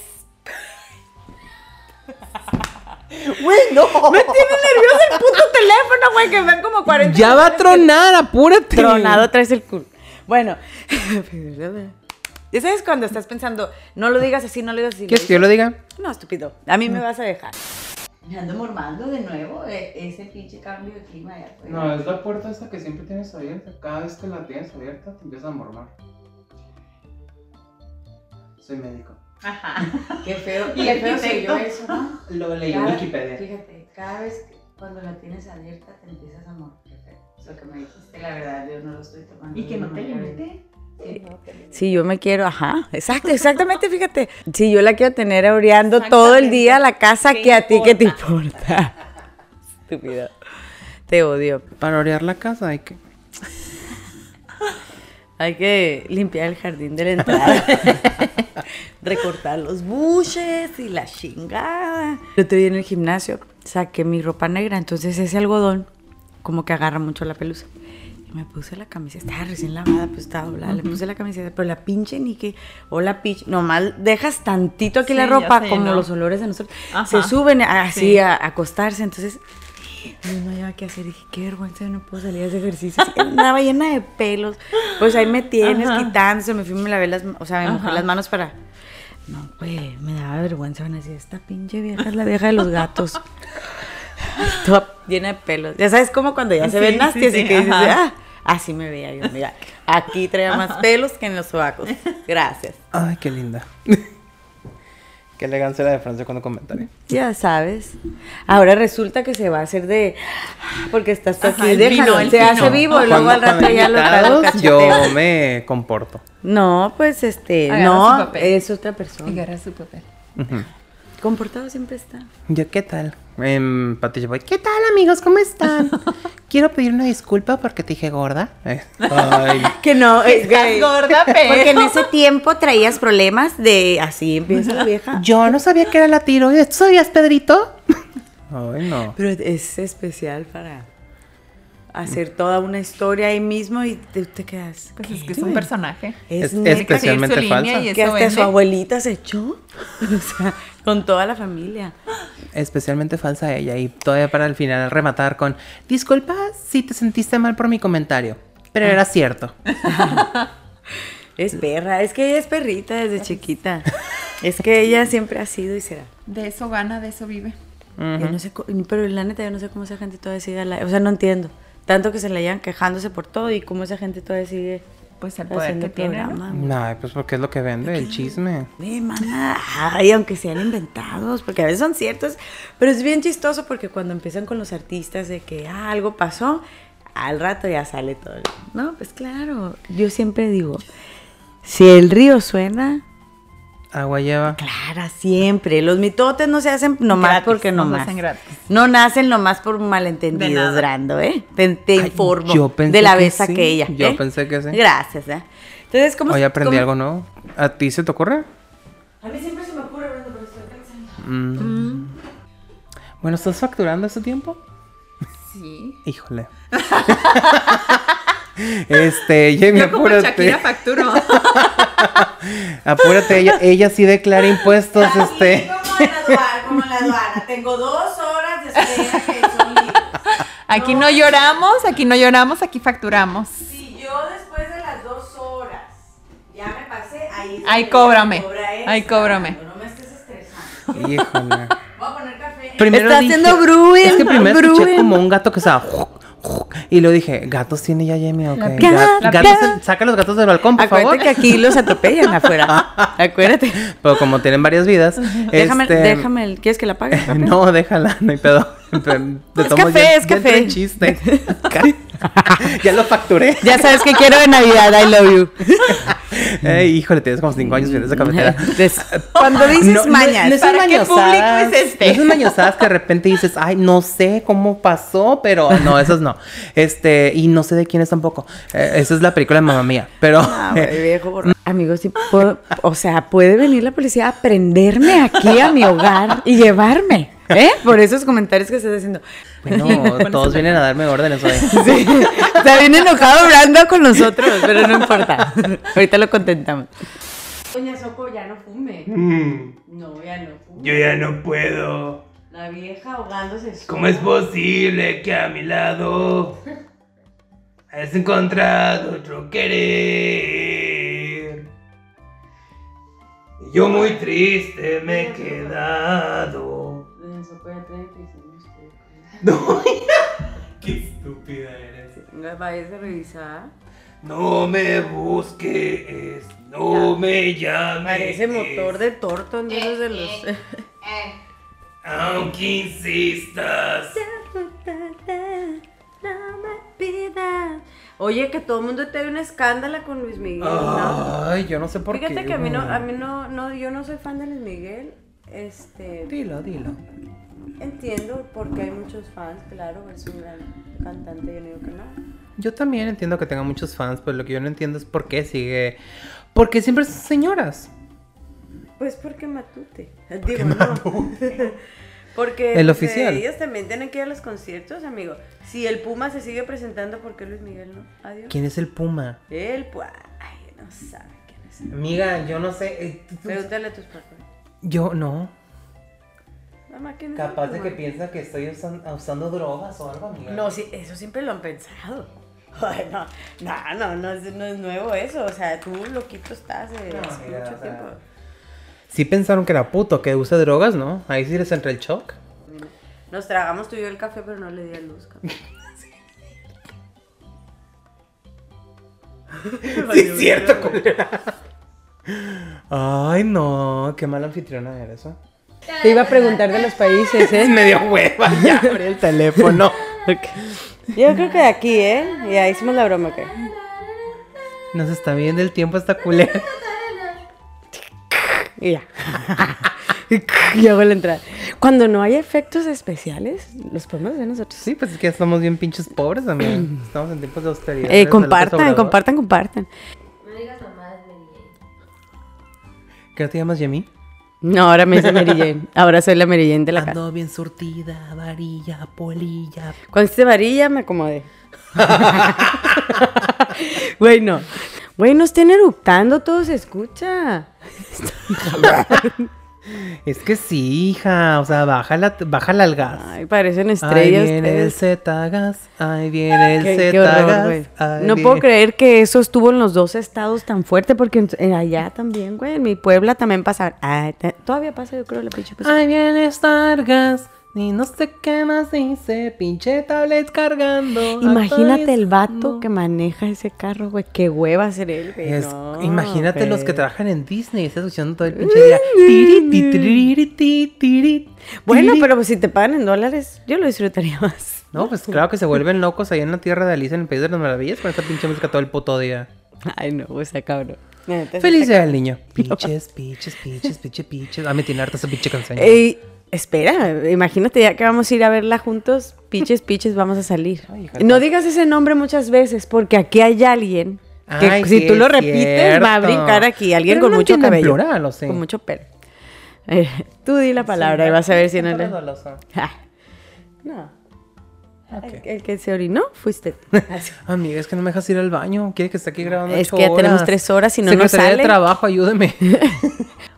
[SPEAKER 3] güey, no.
[SPEAKER 1] Me tiene nervioso el puto teléfono, güey, que ven como 40.
[SPEAKER 3] Ya va a tronar, apúrate.
[SPEAKER 1] Tronado traes el culo. Bueno. Ya sabes cuando estás pensando, no lo digas así, no lo digas así. lo
[SPEAKER 3] ¿Quieres que yo
[SPEAKER 1] dices-
[SPEAKER 3] lo diga?
[SPEAKER 4] Mm.
[SPEAKER 1] No, estúpido. A mí me vas a dejar.
[SPEAKER 5] Me ando mormando de nuevo eh, ese pinche cambio de clima allá afuera.
[SPEAKER 6] No, es la puerta esta que siempre tienes abierta. Cada vez que la tienes abierta te empieza a mormar. Soy médico.
[SPEAKER 5] Ajá.
[SPEAKER 1] Qué feo,
[SPEAKER 5] Y
[SPEAKER 1] qué feo soy
[SPEAKER 5] arquitecto.
[SPEAKER 1] yo eso, ¿no?
[SPEAKER 6] Lo leí en
[SPEAKER 5] Claro.
[SPEAKER 6] Wikipedia.
[SPEAKER 5] Fíjate, cada vez que cuando la tienes abierta te empiezas a morir. Qué feo. Lo que me dijiste, la verdad, yo no lo estoy tomando.
[SPEAKER 4] Y que no te
[SPEAKER 5] limite.
[SPEAKER 4] limite.
[SPEAKER 5] Sí, no te limite.
[SPEAKER 1] Sí, yo me quiero, ajá, exacto, exactamente, fíjate. Si yo la quiero tener oreando todo el día a la casa,
[SPEAKER 5] ¿Qué
[SPEAKER 1] que a ti qué te importa. Estúpida. Te odio.
[SPEAKER 3] Para orear la casa hay que...
[SPEAKER 1] Hay que limpiar el jardín de la entrada. Recortar los buches y la chingada. El otro día en el gimnasio saqué mi ropa negra, entonces ese algodón como que agarra mucho la pelusa. Y me puse la camiseta, estaba recién lavada, pues estaba doblada, le puse la camiseta, pero la pinche ni que, o la pinche, nomás dejas tantito aquí
[SPEAKER 4] Sí,
[SPEAKER 1] la
[SPEAKER 4] ya
[SPEAKER 1] ropa
[SPEAKER 4] sé,
[SPEAKER 1] como
[SPEAKER 4] ¿no?
[SPEAKER 1] los olores de nosotros. Se
[SPEAKER 4] Ajá.
[SPEAKER 1] suben así
[SPEAKER 4] Sí.
[SPEAKER 1] a a acostarse, entonces yo no había qué hacer. Dije, qué vergüenza, yo no puedo salir a ese ejercicio. Así que Andaba llena de pelos. Pues ahí me tienes quitándose. Me fui, me lavé las, o sea, me mojé
[SPEAKER 4] Ajá.
[SPEAKER 1] las manos para. No, pues, me daba vergüenza. Van a decir, esta pinche vieja es la vieja de los gatos. Toda llena de pelos. Ya sabes, como cuando ya se ven
[SPEAKER 4] Sí,
[SPEAKER 1] nasty,
[SPEAKER 4] sí,
[SPEAKER 1] así
[SPEAKER 4] sí,
[SPEAKER 1] que dices, ah,
[SPEAKER 4] ajá.
[SPEAKER 1] así me veía yo. Mira, aquí traía más pelos que en los sobacos. Gracias.
[SPEAKER 3] Ay, qué linda. qué elegancia la de Francia cuando comentaré.
[SPEAKER 1] Ya sabes. Ahora resulta que se va a hacer de. Porque estás tú
[SPEAKER 4] Ajá,
[SPEAKER 1] aquí,
[SPEAKER 4] el
[SPEAKER 1] déjalo.
[SPEAKER 4] vino, el
[SPEAKER 1] se hace
[SPEAKER 4] vino.
[SPEAKER 1] vivo y luego al rato ya lo trago
[SPEAKER 3] Yo me comporto.
[SPEAKER 1] No, pues este.
[SPEAKER 4] Agarra su
[SPEAKER 1] no,
[SPEAKER 4] papel.
[SPEAKER 1] es otra persona.
[SPEAKER 4] agarra su papel.
[SPEAKER 3] Ujú.
[SPEAKER 1] Comportado siempre está.
[SPEAKER 3] Yo, ¿qué tal? Em, Patricia Boy, ¿qué tal, amigos? ¿Cómo están? Quiero pedir una disculpa porque te dije gorda. Eh, Ay,
[SPEAKER 1] Que no, es gay.
[SPEAKER 4] gorda, pero-
[SPEAKER 1] Porque en ese tiempo traías problemas de. Así empieza la vieja.
[SPEAKER 3] yo no sabía que era la tiroides. ¿Tú sabías, Pedrito? Ay, no.
[SPEAKER 1] Pero es especial para hacer toda una historia ahí mismo y te, te quedas.
[SPEAKER 4] Pues
[SPEAKER 1] ¿qué?
[SPEAKER 4] es que es un personaje.
[SPEAKER 1] Es,
[SPEAKER 3] Es-
[SPEAKER 1] neta.
[SPEAKER 3] es Especialmente
[SPEAKER 4] Seguir su línea
[SPEAKER 3] falsa.
[SPEAKER 4] y
[SPEAKER 1] que
[SPEAKER 4] eso
[SPEAKER 1] hasta
[SPEAKER 4] vende.
[SPEAKER 1] su abuelita se echó. O sea, con toda la familia.
[SPEAKER 3] Especialmente falsa ella. Y todavía para el final rematar con: Disculpa si te sentiste mal por mi comentario. Pero era cierto.
[SPEAKER 1] Es perra, es que ella es perrita desde chiquita. Es que ella siempre ha sido y será.
[SPEAKER 4] De eso gana, de eso vive.
[SPEAKER 1] Yo no sé, co- pero la neta, yo no sé cómo esa gente todavía sigue, la- o sea, no entiendo. Tanto que se la llevan quejándose por todo y cómo esa gente todavía sigue
[SPEAKER 4] Pues el poder que tiene, ¿no?
[SPEAKER 3] No, pues porque es lo que vende, el chisme.
[SPEAKER 1] Eh, mana, ay, aunque sean inventados, porque a veces son ciertos, pero es bien chistoso porque cuando empiezan con los artistas de que ah, algo pasó, al rato ya sale todo. No, pues claro, yo siempre digo, si el río suena,
[SPEAKER 3] Agua lleva.
[SPEAKER 1] Clara, siempre. Los mitotes no se hacen nomás
[SPEAKER 4] Gratis,
[SPEAKER 1] porque
[SPEAKER 4] no
[SPEAKER 1] nomás.
[SPEAKER 4] nacen gratis.
[SPEAKER 1] No nacen nomás por
[SPEAKER 4] De
[SPEAKER 1] malentendidos,
[SPEAKER 4] nada.
[SPEAKER 1] Brando, ¿eh? Te, te
[SPEAKER 3] Ay,
[SPEAKER 1] informo
[SPEAKER 3] yo pensé
[SPEAKER 1] de la
[SPEAKER 3] que
[SPEAKER 1] vez
[SPEAKER 3] sí,
[SPEAKER 1] aquella.
[SPEAKER 3] yo
[SPEAKER 1] ¿eh?
[SPEAKER 3] pensé que sí.
[SPEAKER 1] Gracias, ¿eh? Entonces, ¿cómo
[SPEAKER 3] Hoy
[SPEAKER 1] se-
[SPEAKER 3] aprendí
[SPEAKER 1] cómo-
[SPEAKER 3] algo nuevo. ¿A ti se te ocurre?
[SPEAKER 1] A mí siempre se me ocurre, Brando, pero estoy pensando.
[SPEAKER 3] Mm. Bueno, ¿estás facturando ese tiempo?
[SPEAKER 4] Sí.
[SPEAKER 3] Híjole. este, Jamie,
[SPEAKER 4] Yo como
[SPEAKER 3] apúrate.
[SPEAKER 4] Shakira facturo.
[SPEAKER 3] Apúrate, ella, ella sí declara impuestos, este.
[SPEAKER 1] Como en la aduana, como en la aduana. Tengo dos horas de espera que son libres.
[SPEAKER 4] Aquí no lloramos, aquí no lloramos, aquí facturamos.
[SPEAKER 1] Si yo después de las dos horas ya me pasé, ahí... es
[SPEAKER 4] Ay,
[SPEAKER 1] donde
[SPEAKER 4] cóbrame.
[SPEAKER 1] me
[SPEAKER 4] Ay,
[SPEAKER 1] extra,
[SPEAKER 4] cóbrame.
[SPEAKER 1] Brando, No me estés estresando.
[SPEAKER 3] Híjole.
[SPEAKER 1] Voy a poner café.
[SPEAKER 3] Primero
[SPEAKER 1] Está
[SPEAKER 3] dije-
[SPEAKER 1] haciendo brewing.
[SPEAKER 3] Es que primero escuché
[SPEAKER 1] brewing.
[SPEAKER 3] como un gato que estaba. Y lo dije, gatos tiene ya Jamie, ok.
[SPEAKER 4] La
[SPEAKER 1] pila-
[SPEAKER 3] Ga-
[SPEAKER 1] la
[SPEAKER 3] gatos-
[SPEAKER 1] pila-
[SPEAKER 3] saca los gatos del balcón, por
[SPEAKER 1] Acuérdate
[SPEAKER 3] favor.
[SPEAKER 1] que aquí los atropellan afuera. Acuérdate.
[SPEAKER 3] Pero como tienen varias vidas.
[SPEAKER 1] Déjame,
[SPEAKER 3] este,
[SPEAKER 1] déjame el- ¿Quieres que la pague?
[SPEAKER 3] No, déjala, no hay pedo. Pero de
[SPEAKER 1] Es
[SPEAKER 3] todos modos,
[SPEAKER 1] café,
[SPEAKER 3] ya-
[SPEAKER 1] es
[SPEAKER 3] ya entró
[SPEAKER 1] café.
[SPEAKER 3] en chiste. ya lo facturé.
[SPEAKER 1] Ya sabes que quiero de Navidad, I love you.
[SPEAKER 3] Eh, híjole, tienes como cinco años viendo esa cafetera.
[SPEAKER 1] Des- Cuando dices
[SPEAKER 3] No, no-
[SPEAKER 1] mañas,
[SPEAKER 3] no esas
[SPEAKER 4] ¿Para qué público
[SPEAKER 3] mañosadas-
[SPEAKER 4] es este?
[SPEAKER 3] no esas mañosadas que de repente dices, ay, no sé cómo pasó, pero no, esas no. Este, y no sé de quién es tampoco. Eh, esa es la película de mamá mía, pero.
[SPEAKER 1] Ah, güey, viejo borracho. Amigos, sí puedo- o sea, puede venir la policía a prenderme aquí a mi hogar y llevarme, ¿eh? Por esos comentarios que estás haciendo.
[SPEAKER 3] bueno, todos vienen a darme órdenes hoy.
[SPEAKER 1] Sí, está bien enojado hablando con nosotros, pero no importa. Ahorita lo contentamos.
[SPEAKER 5] Doña Soco ya no fume. No, ya no fume.
[SPEAKER 7] Yo ya no puedo.
[SPEAKER 5] La vieja ahogándose.
[SPEAKER 7] ¿Cómo es posible que a mi lado has encontrado otro querer? Y yo muy triste me he quedado.
[SPEAKER 5] Doña Soco ya 36 años tuve.
[SPEAKER 7] Qué estúpida eres.
[SPEAKER 5] No vayas a revisar.
[SPEAKER 7] No me busques, no me llames.
[SPEAKER 1] Parece motor de torto, no es de los.
[SPEAKER 7] Aunque insistas.
[SPEAKER 1] No me pidas. Oye, que todo el mundo te ve un escándalo con Luis Miguel, ¿no?
[SPEAKER 3] Ay, yo no sé Ah, por qué.
[SPEAKER 1] Fíjate que a mí no,
[SPEAKER 3] güey.
[SPEAKER 1] a mí no, no, yo no soy fan de Luis Miguel. Este,
[SPEAKER 3] Dilo, dilo.
[SPEAKER 1] entiendo porque hay muchos fans, claro, es un gran cantante, yo no digo que no.
[SPEAKER 3] Yo también entiendo que tenga muchos fans, pero lo que yo no entiendo es por qué sigue. Porque siempre son señoras.
[SPEAKER 1] Pues porque matute. Digo, no. Porque
[SPEAKER 3] El
[SPEAKER 1] pues,
[SPEAKER 3] oficial.
[SPEAKER 1] ellas también tienen que ir a los conciertos, amigo. Si el Puma se sigue presentando, ¿por qué Luis Miguel no? Adiós.
[SPEAKER 3] ¿Quién es el Puma?
[SPEAKER 1] El Puma. Ay, no sabe quién es.
[SPEAKER 3] Amiga, yo no sé. eh, tú- tú-
[SPEAKER 1] Pregúntale a tus papás.
[SPEAKER 3] Yo no.
[SPEAKER 1] Mamá, ¿quién es el
[SPEAKER 3] Capaz de que
[SPEAKER 1] Puma?
[SPEAKER 3] piensa que estoy usan- usando drogas o algo, amiga.
[SPEAKER 1] No, sí, eso siempre lo han pensado. Ay, no, no, no, no, es, no es nuevo eso. O sea, tú loquito estás desde
[SPEAKER 3] No,
[SPEAKER 1] hace
[SPEAKER 3] mira,
[SPEAKER 1] mucho
[SPEAKER 3] o sea,
[SPEAKER 1] tiempo.
[SPEAKER 3] Sí pensaron que era puto, que usa drogas, ¿no? Ahí sí les entra el shock.
[SPEAKER 1] Nos tragamos tú y yo el café, pero no le di a luz. cabrón.
[SPEAKER 3] Sí, es cierto, culera. Ay, no, qué mala anfitriona eres, ¿eh?
[SPEAKER 1] Te iba a preguntar de los países, ¿eh?
[SPEAKER 3] Me dio hueva, ya abrí el teléfono.
[SPEAKER 1] Yo creo que de aquí, ¿eh? Ya hicimos la broma, ¿qué?
[SPEAKER 3] Nos está viendo el tiempo esta culera.
[SPEAKER 1] Y ya. y hago la entrada. Cuando no hay efectos especiales, los podemos hacer nosotros. Eh,
[SPEAKER 3] Sí, pues es que estamos bien pinches pobres también. Estamos en tiempos de austeridad.
[SPEAKER 1] Eh,
[SPEAKER 3] Eres de López
[SPEAKER 1] compartan,
[SPEAKER 3] Obrador.
[SPEAKER 1] compartan, compartan.
[SPEAKER 8] No digas mamadas, Mary Jane.
[SPEAKER 3] ¿Qué te llamas, Yemi?
[SPEAKER 1] No, ahora me hice Mary Jane. Ahora soy la Mary Jane de la casa.
[SPEAKER 3] bien surtida, varilla, polilla.
[SPEAKER 1] Cuando hice varilla me acomodé. Güey, no. Güey, no estén eructando, todo se escucha.
[SPEAKER 3] Es que sí, hija. O sea, bájala, bájala al gas.
[SPEAKER 1] Ay, parecen
[SPEAKER 3] Ahí
[SPEAKER 1] estrellas.
[SPEAKER 3] viene el
[SPEAKER 1] ustedes.
[SPEAKER 3] Z-Gas, ahí viene el
[SPEAKER 1] Qué- qué horror, güey.
[SPEAKER 3] Z-Gas. ahí
[SPEAKER 1] No puedo
[SPEAKER 3] viene-
[SPEAKER 1] creer que eso estuvo en los dos estados tan fuerte, porque en- en allá también, güey, en mi Puebla también pasa. Ay, ta- todavía pasa, yo creo, la pinche pues-
[SPEAKER 3] Ahí viene Stargas, ni no sé qué más dice, pinche tablet cargando.
[SPEAKER 1] Imagínate el
[SPEAKER 3] actualizando.
[SPEAKER 1] vato que maneja ese carro, güey. Qué hueva ser él, güey.
[SPEAKER 3] Es-
[SPEAKER 1] No,
[SPEAKER 3] imagínate
[SPEAKER 1] güey.
[SPEAKER 3] los que trabajan en Disney, estás escuchando todo el pinche día. Tiri, ti, tiriri, ti, tiri,
[SPEAKER 1] Bueno,
[SPEAKER 3] tiri.
[SPEAKER 1] pero pues, si te pagan en dólares, yo lo disfrutaría más.
[SPEAKER 3] No, pues claro que se vuelven locos allá en la tierra de Alicia en el País de las Maravillas con esta pinche música todo el puto día.
[SPEAKER 1] Ay, no, o sea, cabrón. La neta,
[SPEAKER 3] Feliz
[SPEAKER 1] está-
[SPEAKER 3] día del niño. Pinches, pinches, pinches, pinches, pinches. Ah, me tiene harta esa pinche canción.
[SPEAKER 1] Ey, espera, imagínate ya que vamos a ir a verla juntos. Piches, piches, vamos a salir.
[SPEAKER 3] Ay, hija.
[SPEAKER 1] no digas ese nombre muchas veces, porque aquí hay alguien que
[SPEAKER 3] Ay,
[SPEAKER 1] si
[SPEAKER 3] sí,
[SPEAKER 1] tú lo
[SPEAKER 3] es
[SPEAKER 1] repites va a
[SPEAKER 3] cierto.
[SPEAKER 1] brincar aquí. Alguien
[SPEAKER 3] Pero
[SPEAKER 1] con
[SPEAKER 3] no
[SPEAKER 1] mucho
[SPEAKER 3] entiendo en
[SPEAKER 1] cabello.
[SPEAKER 3] plural, ¿o sí?
[SPEAKER 1] Con mucho pelo. Eh, tú di la palabra y vas a ver si no
[SPEAKER 3] es
[SPEAKER 1] le... Ja. No. El- El, que se orinó fuiste tú. Así.
[SPEAKER 3] Amiga, es que no me dejas ir al baño. Quiere que esté aquí grabando.
[SPEAKER 1] Es
[SPEAKER 3] ocho
[SPEAKER 1] que ya tenemos
[SPEAKER 3] horas.
[SPEAKER 1] tres horas, si no, no
[SPEAKER 3] Secretaría
[SPEAKER 1] sale.
[SPEAKER 3] de trabajo, ayúdeme.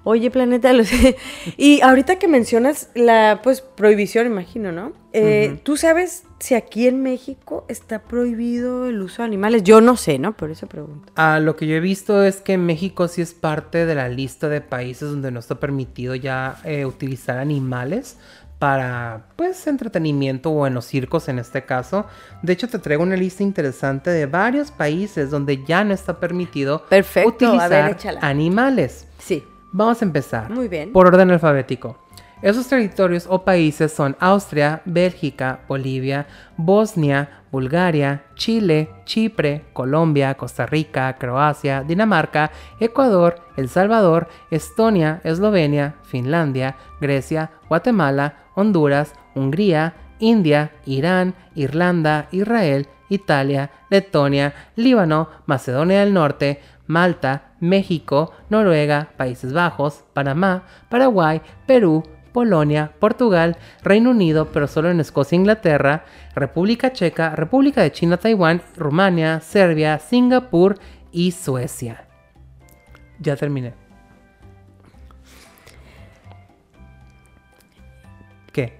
[SPEAKER 1] Oye, Planeta, los... y ahorita que mencionas la pues prohibición, imagino, ¿no? Eh, ¿Tú sabes si aquí en México está prohibido el uso de animales? Yo no sé, ¿no? Por eso pregunto.
[SPEAKER 3] Ah, lo que yo he visto es que México sí es parte de la lista de países donde no está permitido ya eh, utilizar animales para, pues, entretenimiento o en los circos en este caso. De hecho, te traigo una lista interesante de varios países donde ya no está permitido
[SPEAKER 1] Perfecto, a
[SPEAKER 3] utilizar
[SPEAKER 1] ver, échala.
[SPEAKER 3] animales.
[SPEAKER 1] Sí.
[SPEAKER 3] Vamos a empezar.
[SPEAKER 1] Muy bien.
[SPEAKER 3] Por orden alfabético. Esos territorios o países son Austria, Bélgica, Bolivia, Bosnia, Bulgaria, Chile, Chipre, Colombia, Costa Rica, Croacia, Dinamarca, Ecuador, El Salvador, Estonia, Eslovenia, Finlandia, Grecia, Guatemala, Honduras, Hungría, India, Irán, Irlanda, Israel, Italia, Letonia, Líbano, Macedonia del Norte, Malta, México, Noruega, Países Bajos, Panamá, Paraguay, Perú, Polonia, Portugal, Reino Unido, pero solo en Escocia e Inglaterra, República Checa, República de China, Taiwán, Rumania, Serbia, Singapur y Suecia. Ya terminé. ¿Qué?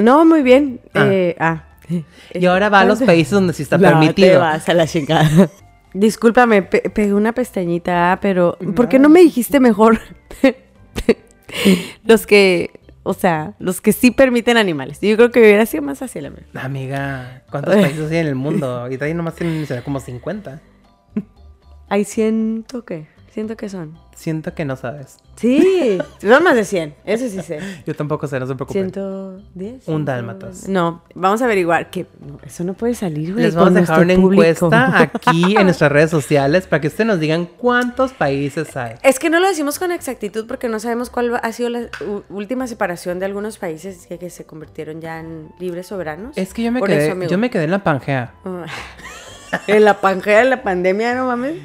[SPEAKER 1] No, muy bien.
[SPEAKER 3] Ah.
[SPEAKER 1] Eh, ah.
[SPEAKER 3] Y ahora va a los países donde sí está
[SPEAKER 1] No, te
[SPEAKER 3] permitido.
[SPEAKER 1] vas a la chingada. Discúlpame, pe- pegué una pestañita, ah, pero ¿por qué no me dijiste mejor los que O sea, los que sí permiten animales. Yo creo que hubiera sido más fácil, amigo.
[SPEAKER 3] Amiga, ¿cuántos países hay en el mundo? Y ahí nomás tienen mencionar como 50.
[SPEAKER 1] Hay ciento que, siento que son.
[SPEAKER 3] Siento que no sabes.
[SPEAKER 1] Sí, son más de 100, eso sí sé.
[SPEAKER 3] Yo tampoco sé, no se preocupen.
[SPEAKER 1] 110.
[SPEAKER 3] Un dálmatas.
[SPEAKER 1] No, vamos a averiguar que no, eso no puede salir. güey,
[SPEAKER 3] Les
[SPEAKER 1] con
[SPEAKER 3] vamos a dejar
[SPEAKER 1] nuestro
[SPEAKER 3] una
[SPEAKER 1] público.
[SPEAKER 3] encuesta aquí en nuestras redes sociales para que ustedes nos digan cuántos países hay.
[SPEAKER 1] Es que no lo decimos con exactitud porque no sabemos cuál va- ha sido la u- última separación de algunos países que, que se convirtieron ya en libres soberanos.
[SPEAKER 3] Es que yo me
[SPEAKER 1] Por
[SPEAKER 3] quedé,
[SPEAKER 1] eso, amigo.
[SPEAKER 3] yo me quedé en la Pangea.
[SPEAKER 1] Ah. En la panjea de la pandemia, no mames.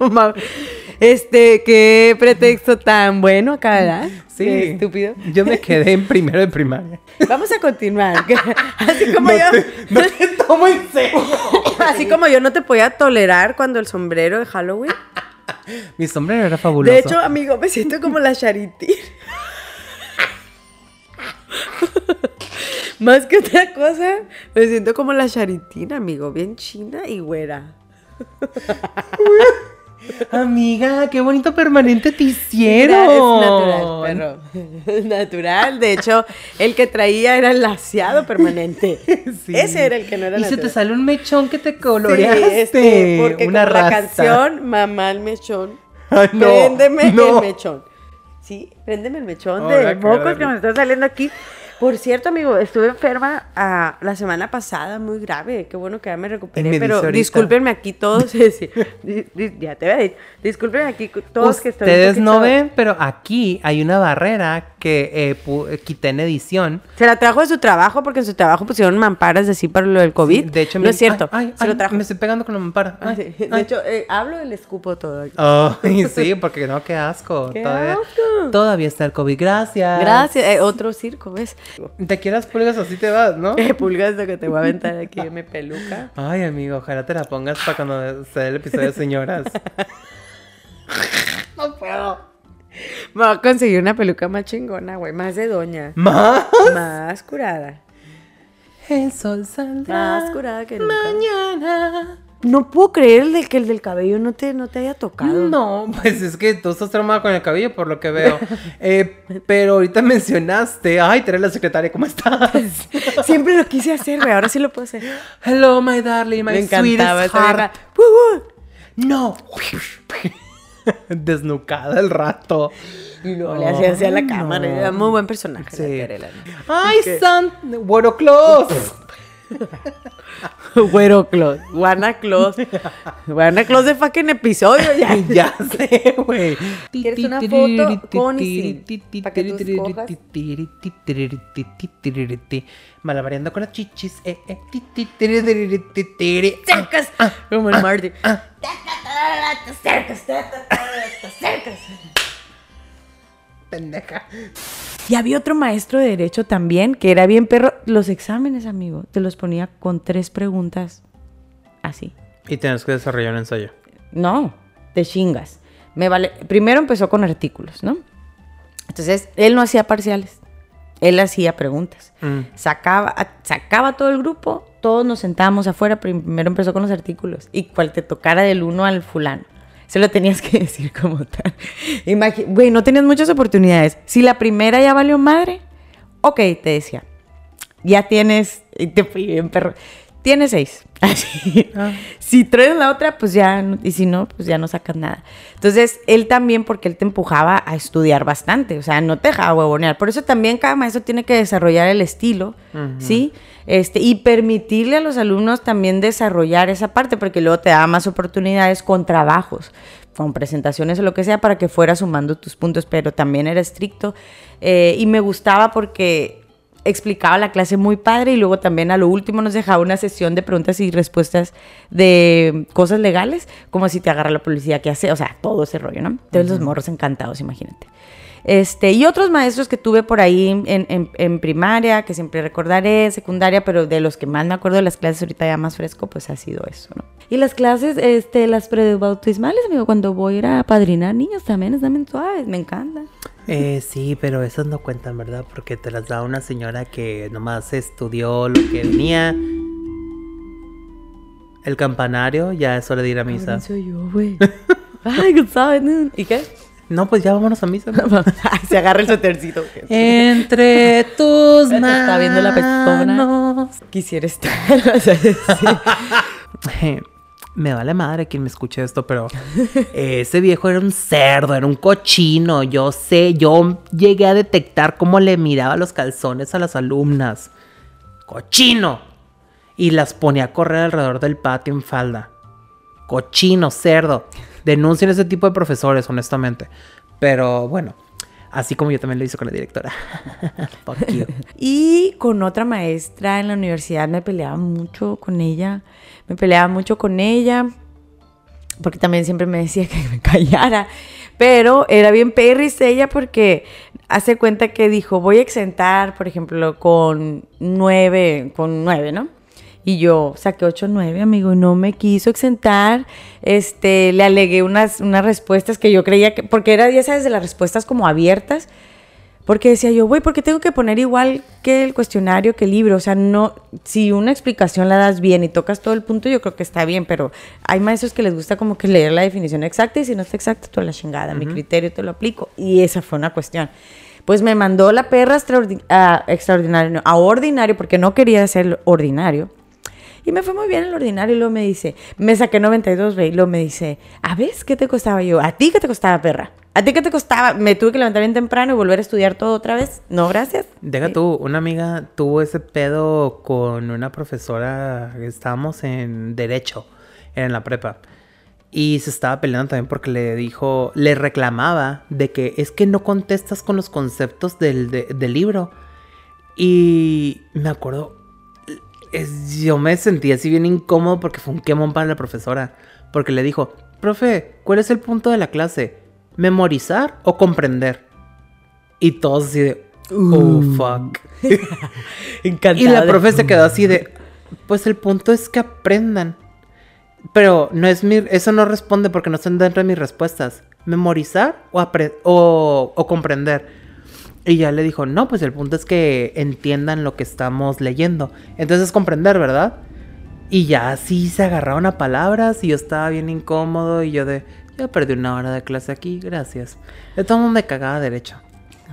[SPEAKER 1] No mames. Este, qué pretexto tan bueno acá, ¿verdad? Qué estúpido.
[SPEAKER 3] Yo me quedé en primero de primaria.
[SPEAKER 1] Vamos a continuar. que- Así como yo.
[SPEAKER 3] No te tomo en serio.
[SPEAKER 1] Así como yo no te podía tolerar cuando el sombrero de Halloween.
[SPEAKER 3] Mi sombrero era fabuloso.
[SPEAKER 1] De hecho, amigo, me siento como la Charity. Más que otra cosa, me siento como la Charitina, amigo, bien china y güera.
[SPEAKER 3] amiga, qué bonito permanente te
[SPEAKER 1] Era-
[SPEAKER 3] hicieron.
[SPEAKER 1] Es natural, perro. natural. De hecho, el que traía era el laseado permanente.
[SPEAKER 3] Sí.
[SPEAKER 1] Ese era el que no era
[SPEAKER 3] Y se te
[SPEAKER 1] natural.
[SPEAKER 3] sale un mechón que te
[SPEAKER 1] Sí,
[SPEAKER 3] coloreaste.
[SPEAKER 1] este, porque
[SPEAKER 3] una
[SPEAKER 1] como
[SPEAKER 3] raza.
[SPEAKER 1] la canción Mamá el mechón.
[SPEAKER 3] Ay, no,
[SPEAKER 1] préndeme
[SPEAKER 3] no.
[SPEAKER 1] el mechón. Sí, préndeme el mechón
[SPEAKER 3] Ahora
[SPEAKER 1] de mocos
[SPEAKER 3] acuérdame.
[SPEAKER 1] que me está saliendo aquí. Por cierto, amigo, estuve enferma ah, la semana pasada, muy grave. Qué bueno que ya me recuperé.
[SPEAKER 3] Ay, me dice
[SPEAKER 1] pero
[SPEAKER 3] ahorita.
[SPEAKER 1] discúlpenme aquí todos. sí, sí. Di- di- ya te voy a decir. Discúlpenme aquí todos que estoy un
[SPEAKER 3] Ustedes no
[SPEAKER 1] poquito-
[SPEAKER 3] ven, pero aquí hay una barrera que eh, pu- eh, quité en edición.
[SPEAKER 1] Se la trajo de su trabajo porque en su trabajo pusieron mamparas así para lo del COVID.
[SPEAKER 3] De hecho,
[SPEAKER 1] no
[SPEAKER 3] miren-
[SPEAKER 1] es cierto.
[SPEAKER 3] Ay, ay,
[SPEAKER 1] se
[SPEAKER 3] ay,
[SPEAKER 1] lo trajo.
[SPEAKER 3] Me estoy pegando con la mampara. Ay,
[SPEAKER 1] Sí, de
[SPEAKER 3] ay.
[SPEAKER 1] hecho, eh, hablo y le escupo todo. aquí.
[SPEAKER 3] Ay, sí, porque no, qué asco.
[SPEAKER 1] Qué
[SPEAKER 3] todavía,
[SPEAKER 1] asco.
[SPEAKER 3] todavía está el COVID. Gracias.
[SPEAKER 1] Gracias. eh, otro circo, ¿ves?
[SPEAKER 3] Te quieras pulgas, así te vas, ¿no?
[SPEAKER 1] Eh, Pulgas, lo que te voy a aventar aquí de mi peluca.
[SPEAKER 3] Ay, amigo, ojalá te la pongas para cuando se dé el episodio de señoras.
[SPEAKER 1] Me voy a conseguir una peluca más chingona, güey. Más de doña.
[SPEAKER 3] Más.
[SPEAKER 1] Más curada.
[SPEAKER 3] El sol saldrá
[SPEAKER 1] Más curada que nunca.
[SPEAKER 3] mañana.
[SPEAKER 1] No puedo creer el de que el del cabello no te, no te haya tocado.
[SPEAKER 3] No, pues es que tú estás traumada con el cabello, por lo que veo. Eh, pero ahorita mencionaste, ay, Tere la secretaria, ¿cómo
[SPEAKER 1] Pues
[SPEAKER 3] estás?
[SPEAKER 1] Siempre lo quise hacer, güey. Ahora sí lo puedo hacer.
[SPEAKER 3] Hello, my darling, my
[SPEAKER 1] Me encantaba
[SPEAKER 3] sweetest
[SPEAKER 1] esa vieja.
[SPEAKER 3] heart.
[SPEAKER 1] ¡Uh, uh!
[SPEAKER 3] No. Desnucada el rato.
[SPEAKER 1] No, le hacía así a la
[SPEAKER 3] no.
[SPEAKER 1] cámara. Era muy buen personaje.
[SPEAKER 3] Sí.
[SPEAKER 1] la Tere, la neta.
[SPEAKER 3] Ay, son what a close.
[SPEAKER 1] Güero Claus. Guana Claus. Guana Claus de fucking episodio ya.
[SPEAKER 3] ya sé, güey.
[SPEAKER 1] ¿Quieres una foto con y sin? Pa' que tú escojas.
[SPEAKER 3] Malabareando con las chichis. eh, eh, ti, ti, tiri, tiri, ti, tiri. Ah,
[SPEAKER 1] Como el Marty.
[SPEAKER 3] pendeja.
[SPEAKER 1] Y había otro maestro de derecho también, que era bien perro. Los exámenes, amigo, te los ponía con tres preguntas así.
[SPEAKER 3] Y tienes que desarrollar un ensayo.
[SPEAKER 1] No, te chingas. Me vale. Primero empezó con artículos, ¿no? Entonces, él no hacía parciales. Él hacía preguntas.
[SPEAKER 3] Mm.
[SPEAKER 1] Sacaba, a- sacaba todo el grupo, todos nos sentábamos afuera, primero empezó con los artículos. Y cual te tocara del uno al fulano. Se lo tenías que decir como tal. Imagi- Güey, no tenías muchas oportunidades. Si la primera ya valió madre, ok, te decía, ya tienes, y te fui bien perro, tienes seis. Así.
[SPEAKER 9] Ah.
[SPEAKER 1] Si traes la otra, pues ya, no- y si no, pues ya no sacas nada. Entonces, él también, porque él te empujaba a estudiar bastante, o sea, no te dejaba huevonear. Por eso también cada maestro tiene que desarrollar el estilo, ¿sí? Este, y permitirle a los alumnos también desarrollar esa parte, porque luego te da más oportunidades con trabajos con presentaciones o lo que sea para que fuera sumando tus puntos, pero también era estricto eh, y me gustaba porque explicaba la clase muy padre y luego también a lo último nos dejaba una sesión de preguntas y respuestas de cosas legales, como si te agarra la policía que hace, o sea, todo ese rollo, ¿no? Entonces los morros encantados, imagínate. Este, y otros maestros que tuve por ahí en, en- en primaria, que siempre recordaré, secundaria, pero de los que más me acuerdo de las clases ahorita ya más fresco, pues ha sido eso, ¿no? Y las clases, este, las prebautismales, amigo, cuando voy a ir a padrinar niños también, están bien suaves, me encanta.
[SPEAKER 3] Eh, sí, pero esas no cuentan, ¿verdad? Porque te las da una señora que nomás estudió lo que venía. El Ah. campanario, ya es hora de ir a misa.
[SPEAKER 1] Soy yo, güey. Ay, ¿sabes? ¿Y qué?
[SPEAKER 3] No, pues ya vámonos a misa. ¿no?
[SPEAKER 9] Se agarra el suétercito.
[SPEAKER 3] Entre tus
[SPEAKER 9] Ya te está viendo la persona.
[SPEAKER 3] manos.
[SPEAKER 9] Quisiera estar. o sea, sí.
[SPEAKER 3] Me vale madre quien me escuche esto, pero ese viejo era un cerdo, era un cochino. Yo sé, yo llegué a detectar cómo le miraba los calzones a las alumnas. ¡Cochino! Y las ponía a correr alrededor del patio en falda. ¡Cochino, cerdo! Denuncien ese tipo de profesores, honestamente. Pero bueno, así como yo también lo hice con la directora. Fuck you.
[SPEAKER 9] Y con otra maestra en la universidad me peleaba mucho con ella. Me peleaba mucho con ella. Porque también siempre me decía que me callara. Pero era bien perris ella porque hace cuenta que dijo, voy a exentar, por ejemplo, con nueve, con nueve, ¿no? Y yo saqué 8-9, amigo, y no me quiso exentar. Este, le alegué unas, unas respuestas que yo creía que, porque era, ya sabes, de las respuestas como abiertas. Porque decía yo, güey, ¿por qué tengo que poner igual que el cuestionario, que el libro? O sea, no, si una explicación la das bien y tocas todo el punto, yo creo que está bien, pero hay maestros que les gusta como que leer la definición exacta y si no está exacta, tú a la chingada, mi criterio te lo aplico. Y esa fue una cuestión. Pues me mandó la perra extraordi- a extraordinario, no, a ordinario, porque no quería ser ordinario. Y me fue muy bien el ordinario. Y luego me dice, me saqué 92, güey. Y luego me dice, ¿a ves qué te costaba yo? ¿A ti qué te costaba, perra? ¿A ti qué te costaba? Me tuve que levantar bien temprano y volver a estudiar todo otra vez. No, gracias.
[SPEAKER 3] Deja tú, una amiga tuvo ese pedo con una profesora que estábamos en Derecho, en la prepa. Y se estaba peleando también porque le dijo, le reclamaba de que es que no contestas con los conceptos del, de- del libro. Y me acuerdo, es- yo me sentí así bien incómodo porque fue un quemón para la profesora. Porque le dijo, profe, ¿cuál es el punto de la clase? ¿Memorizar o comprender? Y todos así de, oh, fuck.
[SPEAKER 9] Encantado.
[SPEAKER 3] Y la profe se quedó así de, pues el punto es que aprendan. Pero no es mi, eso no responde porque no están dentro de mis respuestas. Memorizar o, apre- o, o comprender. Y ya le dijo, no, pues el punto es que entiendan lo que estamos leyendo. Entonces es comprender, ¿verdad? Y ya así se agarraron a palabras y yo estaba bien incómodo y yo de, ya perdí una hora de clase aquí, gracias. De todo mundo me cagaba derecho.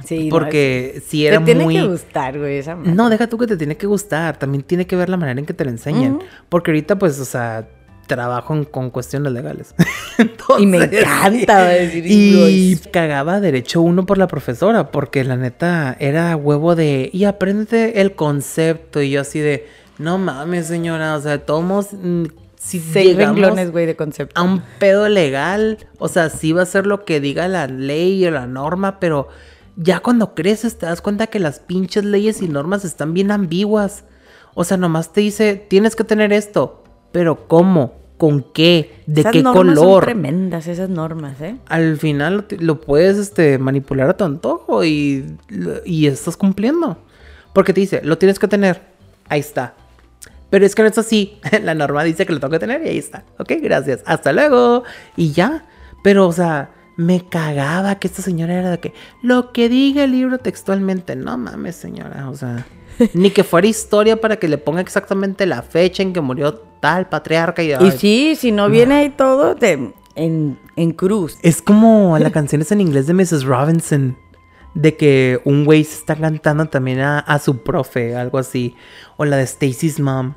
[SPEAKER 9] Sí, no,
[SPEAKER 3] porque si
[SPEAKER 9] es-
[SPEAKER 3] era
[SPEAKER 9] Te tiene
[SPEAKER 3] muy...
[SPEAKER 9] que gustar, güey, esa madre.
[SPEAKER 3] No, deja tú que te tiene que gustar. También tiene que ver la manera en que te lo enseñan.
[SPEAKER 9] Ujú.
[SPEAKER 3] Porque ahorita, pues, o sea, trabajo en- con cuestiones legales. Entonces,
[SPEAKER 9] Y me encanta, va a decir,
[SPEAKER 3] Y
[SPEAKER 9] "Dios".
[SPEAKER 3] cagaba derecho uno por la profesora. Porque la neta era huevo de. Y aprende el concepto. Y yo así de. No mames, señora. O sea, tomos. mm, Si
[SPEAKER 9] Seis
[SPEAKER 3] llegamos
[SPEAKER 9] renglones, güey, de concepto.
[SPEAKER 3] a un pedo legal. O sea, sí va a ser lo que diga la ley o la norma, pero ya cuando creces te das cuenta que las pinches leyes y normas están bien ambiguas. O sea, nomás te dice, tienes que tener esto, pero ¿cómo? ¿Con qué? ¿De
[SPEAKER 9] Esas
[SPEAKER 3] qué
[SPEAKER 9] normas Son
[SPEAKER 3] color?
[SPEAKER 9] tremendas esas normas, ¿eh?
[SPEAKER 3] Al final lo ti- lo, puedes este, manipular a tu antojo y, lo- y estás cumpliendo. Porque te dice, lo tienes que tener. Ahí está. Pero es que no es así. La norma dice que lo tengo que tener y ahí está. Ok, gracias. Hasta luego. Y ya. Pero, o sea, me cagaba que esta señora era de que lo que diga el libro textualmente. No mames, señora. O sea, ni que fuera historia para que le ponga exactamente la fecha en que murió tal patriarca. Y,
[SPEAKER 9] Y
[SPEAKER 3] ay,
[SPEAKER 9] sí, si no viene ahí todo, te- en, en cruz.
[SPEAKER 3] es como la canción es en inglés de Mrs. Robinson. De que un güey se está cantando también a, a su profe, algo así. O la de Stacy's Mom.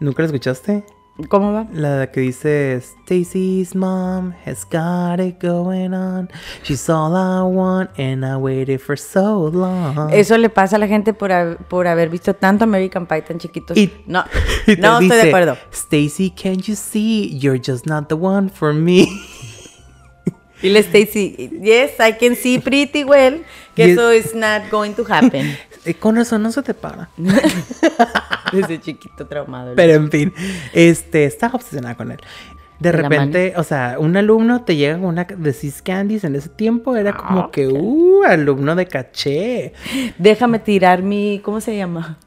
[SPEAKER 3] ¿Nunca la escuchaste?
[SPEAKER 9] ¿Cómo va?
[SPEAKER 3] La que dice Stacy's mom has got it going on. She's all I want and I waited for so long.
[SPEAKER 9] Eso le pasa a la gente por, hab- por haber visto tanto American Pie tan chiquitos.
[SPEAKER 3] Y-
[SPEAKER 9] no,
[SPEAKER 3] Y te
[SPEAKER 9] no estoy
[SPEAKER 3] dice,
[SPEAKER 9] de acuerdo.
[SPEAKER 3] Stacy, can't you see? You're just not the one for me.
[SPEAKER 9] Y le Stacy, yes, I can see pretty well que
[SPEAKER 3] Yes.
[SPEAKER 9] eso is not going to happen.
[SPEAKER 3] Eh, Con razón no se te para.
[SPEAKER 9] Desde chiquito traumado.
[SPEAKER 3] Pero en fin, este, estaba obsesionada con él. De
[SPEAKER 9] De la
[SPEAKER 3] repente, o sea, un alumno te llega con una de Cis Candies en ese tiempo,
[SPEAKER 9] Ah,
[SPEAKER 3] era como que, uh, alumno de caché.
[SPEAKER 9] Déjame tirar mi, ¿cómo se llama?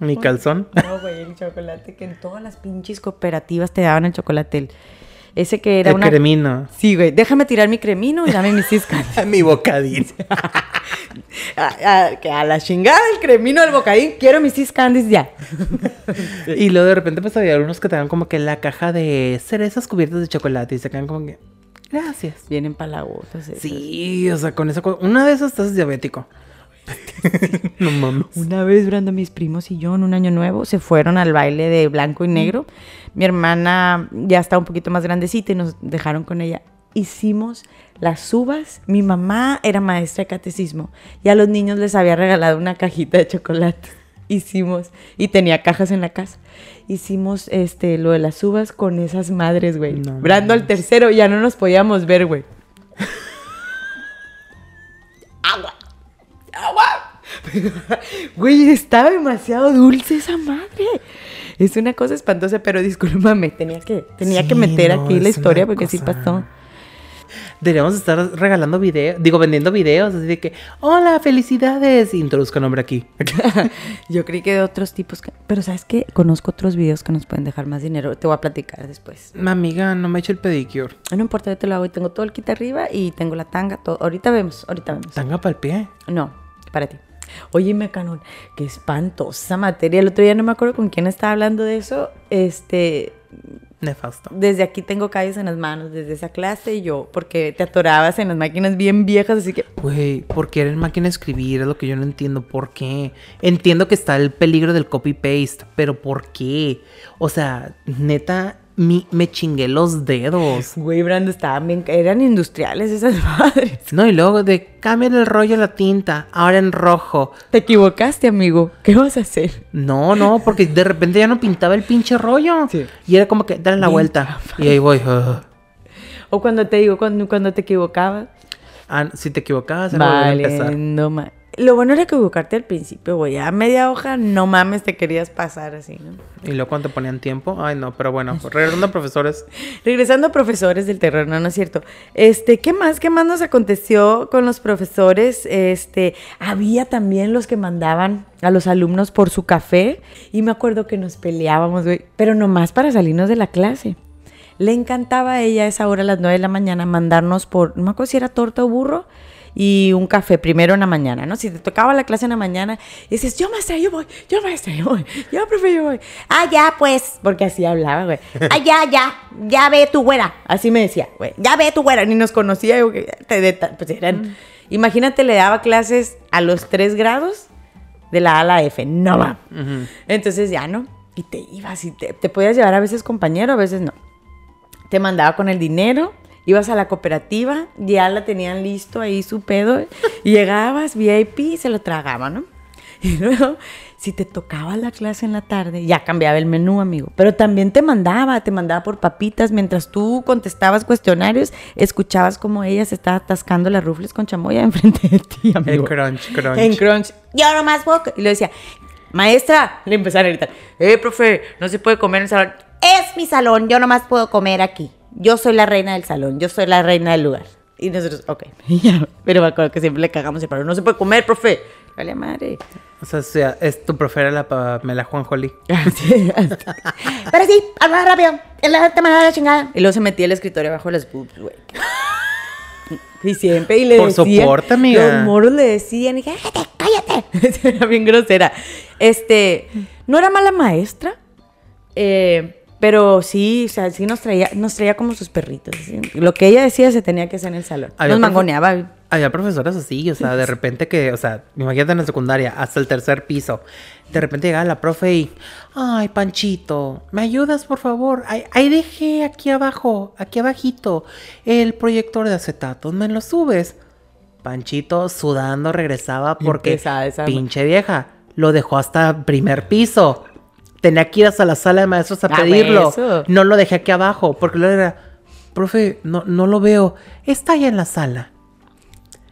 [SPEAKER 3] Mi calzón.
[SPEAKER 9] No, güey, el chocolate que en todas las pinches cooperativas te daban el chocolate. el- ese que era
[SPEAKER 3] el
[SPEAKER 9] una...
[SPEAKER 3] cremino.
[SPEAKER 9] Sí, güey, déjame tirar mi cremino y dame mis ciscas.
[SPEAKER 3] Mi bocadillo.
[SPEAKER 9] a, a- que a la chingada el cremino del bocadín, quiero mis cis candies ya.
[SPEAKER 3] Y luego de repente pues había unos que te dan como que la caja de cerezas cubiertas de chocolate y se quedan como que... Gracias.
[SPEAKER 9] Bien empalagotas. esas.
[SPEAKER 3] Sí, o sea, con esa cosa. Una de esas estás diabético. no mames.
[SPEAKER 9] Una vez, Brando, mis primos y yo en un año nuevo se fueron al baile de blanco y negro. Mi hermana ya está un poquito más grandecita y nos dejaron con ella. Hicimos las uvas. Mi mamá era maestra de catecismo y a los niños les había regalado una cajita de chocolate. Hicimos, y tenía cajas en la casa. Hicimos este, lo de las uvas con esas madres, güey.
[SPEAKER 3] No
[SPEAKER 9] Brando al tercero, ya no nos podíamos ver, güey. Güey, estaba demasiado dulce esa madre. Es una cosa espantosa, pero discúlpame, tenía que, tenía
[SPEAKER 3] Sí,
[SPEAKER 9] que meter
[SPEAKER 3] no,
[SPEAKER 9] aquí la
[SPEAKER 3] es una
[SPEAKER 9] historia porque sí
[SPEAKER 3] cosa.
[SPEAKER 9] pasó.
[SPEAKER 3] Deberíamos estar regalando videos, digo, vendiendo videos, así de que, hola, felicidades, introduzca nombre aquí.
[SPEAKER 9] Yo creí que de otros tipos, que- pero sabes que conozco otros videos que nos pueden dejar más dinero. Te voy a platicar después.
[SPEAKER 3] Mi amiga, no me he hecho el pedicure.
[SPEAKER 9] No importa, yo te lo hago y tengo todo el kit arriba y tengo la tanga, todo. Ahorita vemos, ahorita vemos.
[SPEAKER 3] Tanga para el pie.
[SPEAKER 9] No, para ti. Oye, Mecanón, qué espantosa materia. El otro día no me acuerdo con quién estaba hablando de eso. Este,
[SPEAKER 3] Nefasto.
[SPEAKER 9] desde aquí tengo calles en las manos, desde esa clase y yo, porque te atorabas en las máquinas bien viejas, así que
[SPEAKER 3] Güey, ¿por qué eres máquina de escribir? Es lo que yo no entiendo. ¿Por qué? Entiendo que está el peligro del copy-paste, pero ¿por qué? O sea, neta, mi- me chingué los dedos.
[SPEAKER 9] Güey, Brando, estaban bien, eran industriales esas madres.
[SPEAKER 3] No, y luego de cambiar el rollo a la tinta, ahora en rojo.
[SPEAKER 9] Te equivocaste, amigo. ¿Qué vas a hacer?
[SPEAKER 3] No, no, porque de repente ya no pintaba el pinche rollo. Y era como que, dale la
[SPEAKER 9] Bien
[SPEAKER 3] vuelta. Y ahí voy. Ah, "Ugh".
[SPEAKER 9] O cuando te digo, cuando, cuando te equivocabas.
[SPEAKER 3] Ah, si te equivocabas, era volver a empezar.
[SPEAKER 9] Vale, no ma- Lo bueno era equivocarte al principio, güey. A media hoja, no mames, te querías pasar así, ¿no?
[SPEAKER 3] Y luego cuando te ponían tiempo, ay no, pero bueno, regresando a profesores.
[SPEAKER 9] Regresando a profesores del terror, no, no es cierto. Este, ¿qué más? ¿Qué más nos aconteció con los profesores? Este, había también los que mandaban a los alumnos por su café y me acuerdo que nos peleábamos, güey, pero nomás para salirnos de la clase. Le encantaba a ella a esa hora a las 9 de la mañana mandarnos por, no me acuerdo si era torta o burro, y un café primero en la mañana, ¿no? Si te tocaba la clase en la mañana, dices, yo maestra, yo voy, yo maestra, yo voy, yo profe, yo voy. Ah, ya, pues, porque así hablaba, güey. Ah, ya, ya, ya ve tu güera. Así me decía, güey, ya ve tu güera, ni nos conocía, yo que- te de- ta- pues eran... Imagínate, le daba clases a los tres grados de la A a la F, no va. Entonces ya, ¿no? Y te ibas y te, te podías llevar a veces compañero, a veces no te mandaba con el dinero, ibas a la cooperativa, ya la tenían listo ahí su pedo, y llegabas VIP y se lo tragaba, ¿no? Y luego, si te tocaba la clase en la tarde, ya cambiaba el menú, amigo. Pero también te mandaba, te mandaba por papitas. Mientras tú contestabas cuestionarios, escuchabas como ella se estaba atascando las rufles con chamoya enfrente de ti,
[SPEAKER 3] El
[SPEAKER 9] amigo.
[SPEAKER 3] crunch, crunch.
[SPEAKER 9] En crunch. Yo nomás puedo. co-". Y le decía, maestra, le empezaron a gritar, eh, profe, no se puede comer en el salón. Es mi salón, yo nomás puedo comer aquí. Yo soy la reina del salón, yo soy la reina del lugar. Y nosotros, ok, ya. Pero me acuerdo que siempre le cagamos el paro. No se puede comer, profe. Vale, madre.
[SPEAKER 3] O sea, o sea, es tu profe era la Pamela Juanjoli.
[SPEAKER 9] Ah, Así, hasta- Pero sí, habla rápido. Es la te mandaba la chingada. Y luego se metía el escritorio abajo de las boobs, güey. Y siempre, y le
[SPEAKER 3] Por
[SPEAKER 9] decían-
[SPEAKER 3] soporte, amiga.
[SPEAKER 9] Los moros le decían, y dije, cállate, cállate. era bien grosera. Este, no era mala maestra, eh, pero sí, o sea, sí nos traía, nos traía como sus perritos. así. Lo que ella decía se tenía que hacer en el salón.
[SPEAKER 3] Había
[SPEAKER 9] nos
[SPEAKER 3] profe-
[SPEAKER 9] mangoneaba.
[SPEAKER 3] Había Ah, profesoras así, o sea, de repente que, o sea, imagínate en la secundaria, hasta el tercer piso. De repente llegaba la profe y, ay, Panchito, ¿me ayudas, por favor? Ahí, ahí dejé aquí abajo, aquí abajito, el proyector de acetatos, ¿me lo subes? Panchito sudando regresaba porque
[SPEAKER 9] pesada esa-
[SPEAKER 3] pinche vieja lo dejó hasta primer piso. Tenía que ir hasta la sala de maestros a
[SPEAKER 9] Ah, güey,
[SPEAKER 3] pedirlo.
[SPEAKER 9] eso.
[SPEAKER 3] No lo dejé aquí abajo porque luego era, profe, no, no lo veo. Está allá en la sala.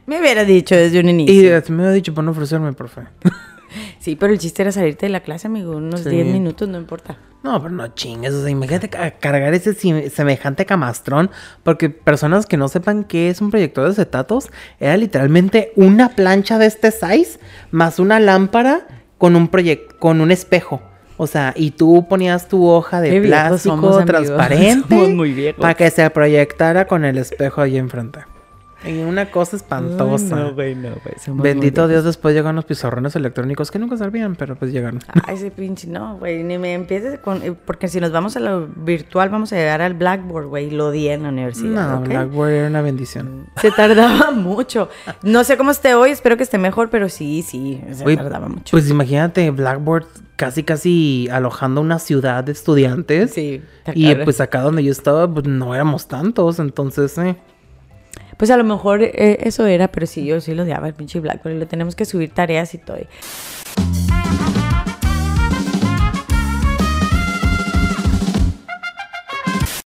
[SPEAKER 9] Me hubiera dicho desde un inicio.
[SPEAKER 3] Y eh, me había dicho por no ofrecerme, profe.
[SPEAKER 9] Sí, pero el chiste era salirte de la clase, amigo. Unos
[SPEAKER 3] Sí.
[SPEAKER 9] 10 minutos, no importa.
[SPEAKER 3] No, pero no chingues. O sea, imagínate ca- cargar ese sim- semejante camastrón. Porque personas que no sepan qué es un proyector de acetatos, era literalmente una plancha de este size más una lámpara con un proyec- con un espejo. O sea, y tú ponías tu hoja de
[SPEAKER 9] Qué viejos
[SPEAKER 3] plástico
[SPEAKER 9] somos, amigo.
[SPEAKER 3] transparente
[SPEAKER 9] Somos muy viejos.
[SPEAKER 3] para que se proyectara con el espejo ahí enfrente. Y una cosa espantosa.
[SPEAKER 9] no, güey, no, güey. somos
[SPEAKER 3] Bendito
[SPEAKER 9] muy-
[SPEAKER 3] Dios, después llegaron los pizarrones electrónicos que nunca servían, pero pues llegaron.
[SPEAKER 9] Ay, ese pinche, no, güey, ni me empieces con... eh, Porque si nos vamos a lo virtual, vamos a llegar al Blackboard, güey, lo di en la mm, universidad,
[SPEAKER 3] no,
[SPEAKER 9] ¿ok?
[SPEAKER 3] Blackboard era una bendición.
[SPEAKER 9] Se tardaba mucho. No sé cómo esté hoy, espero que esté mejor, pero sí, sí, se
[SPEAKER 3] Güey,
[SPEAKER 9] tardaba mucho.
[SPEAKER 3] Pues imagínate, Blackboard casi casi alojando una ciudad de estudiantes.
[SPEAKER 9] Sí, está
[SPEAKER 3] Y
[SPEAKER 9] cabrón.
[SPEAKER 3] pues acá donde yo estaba, pues no éramos tantos, entonces, eh.
[SPEAKER 9] Pues a lo mejor eh, eso era, pero sí, yo sí lo odiaba el pinche Blackboard y lo tenemos que subir tareas y todo.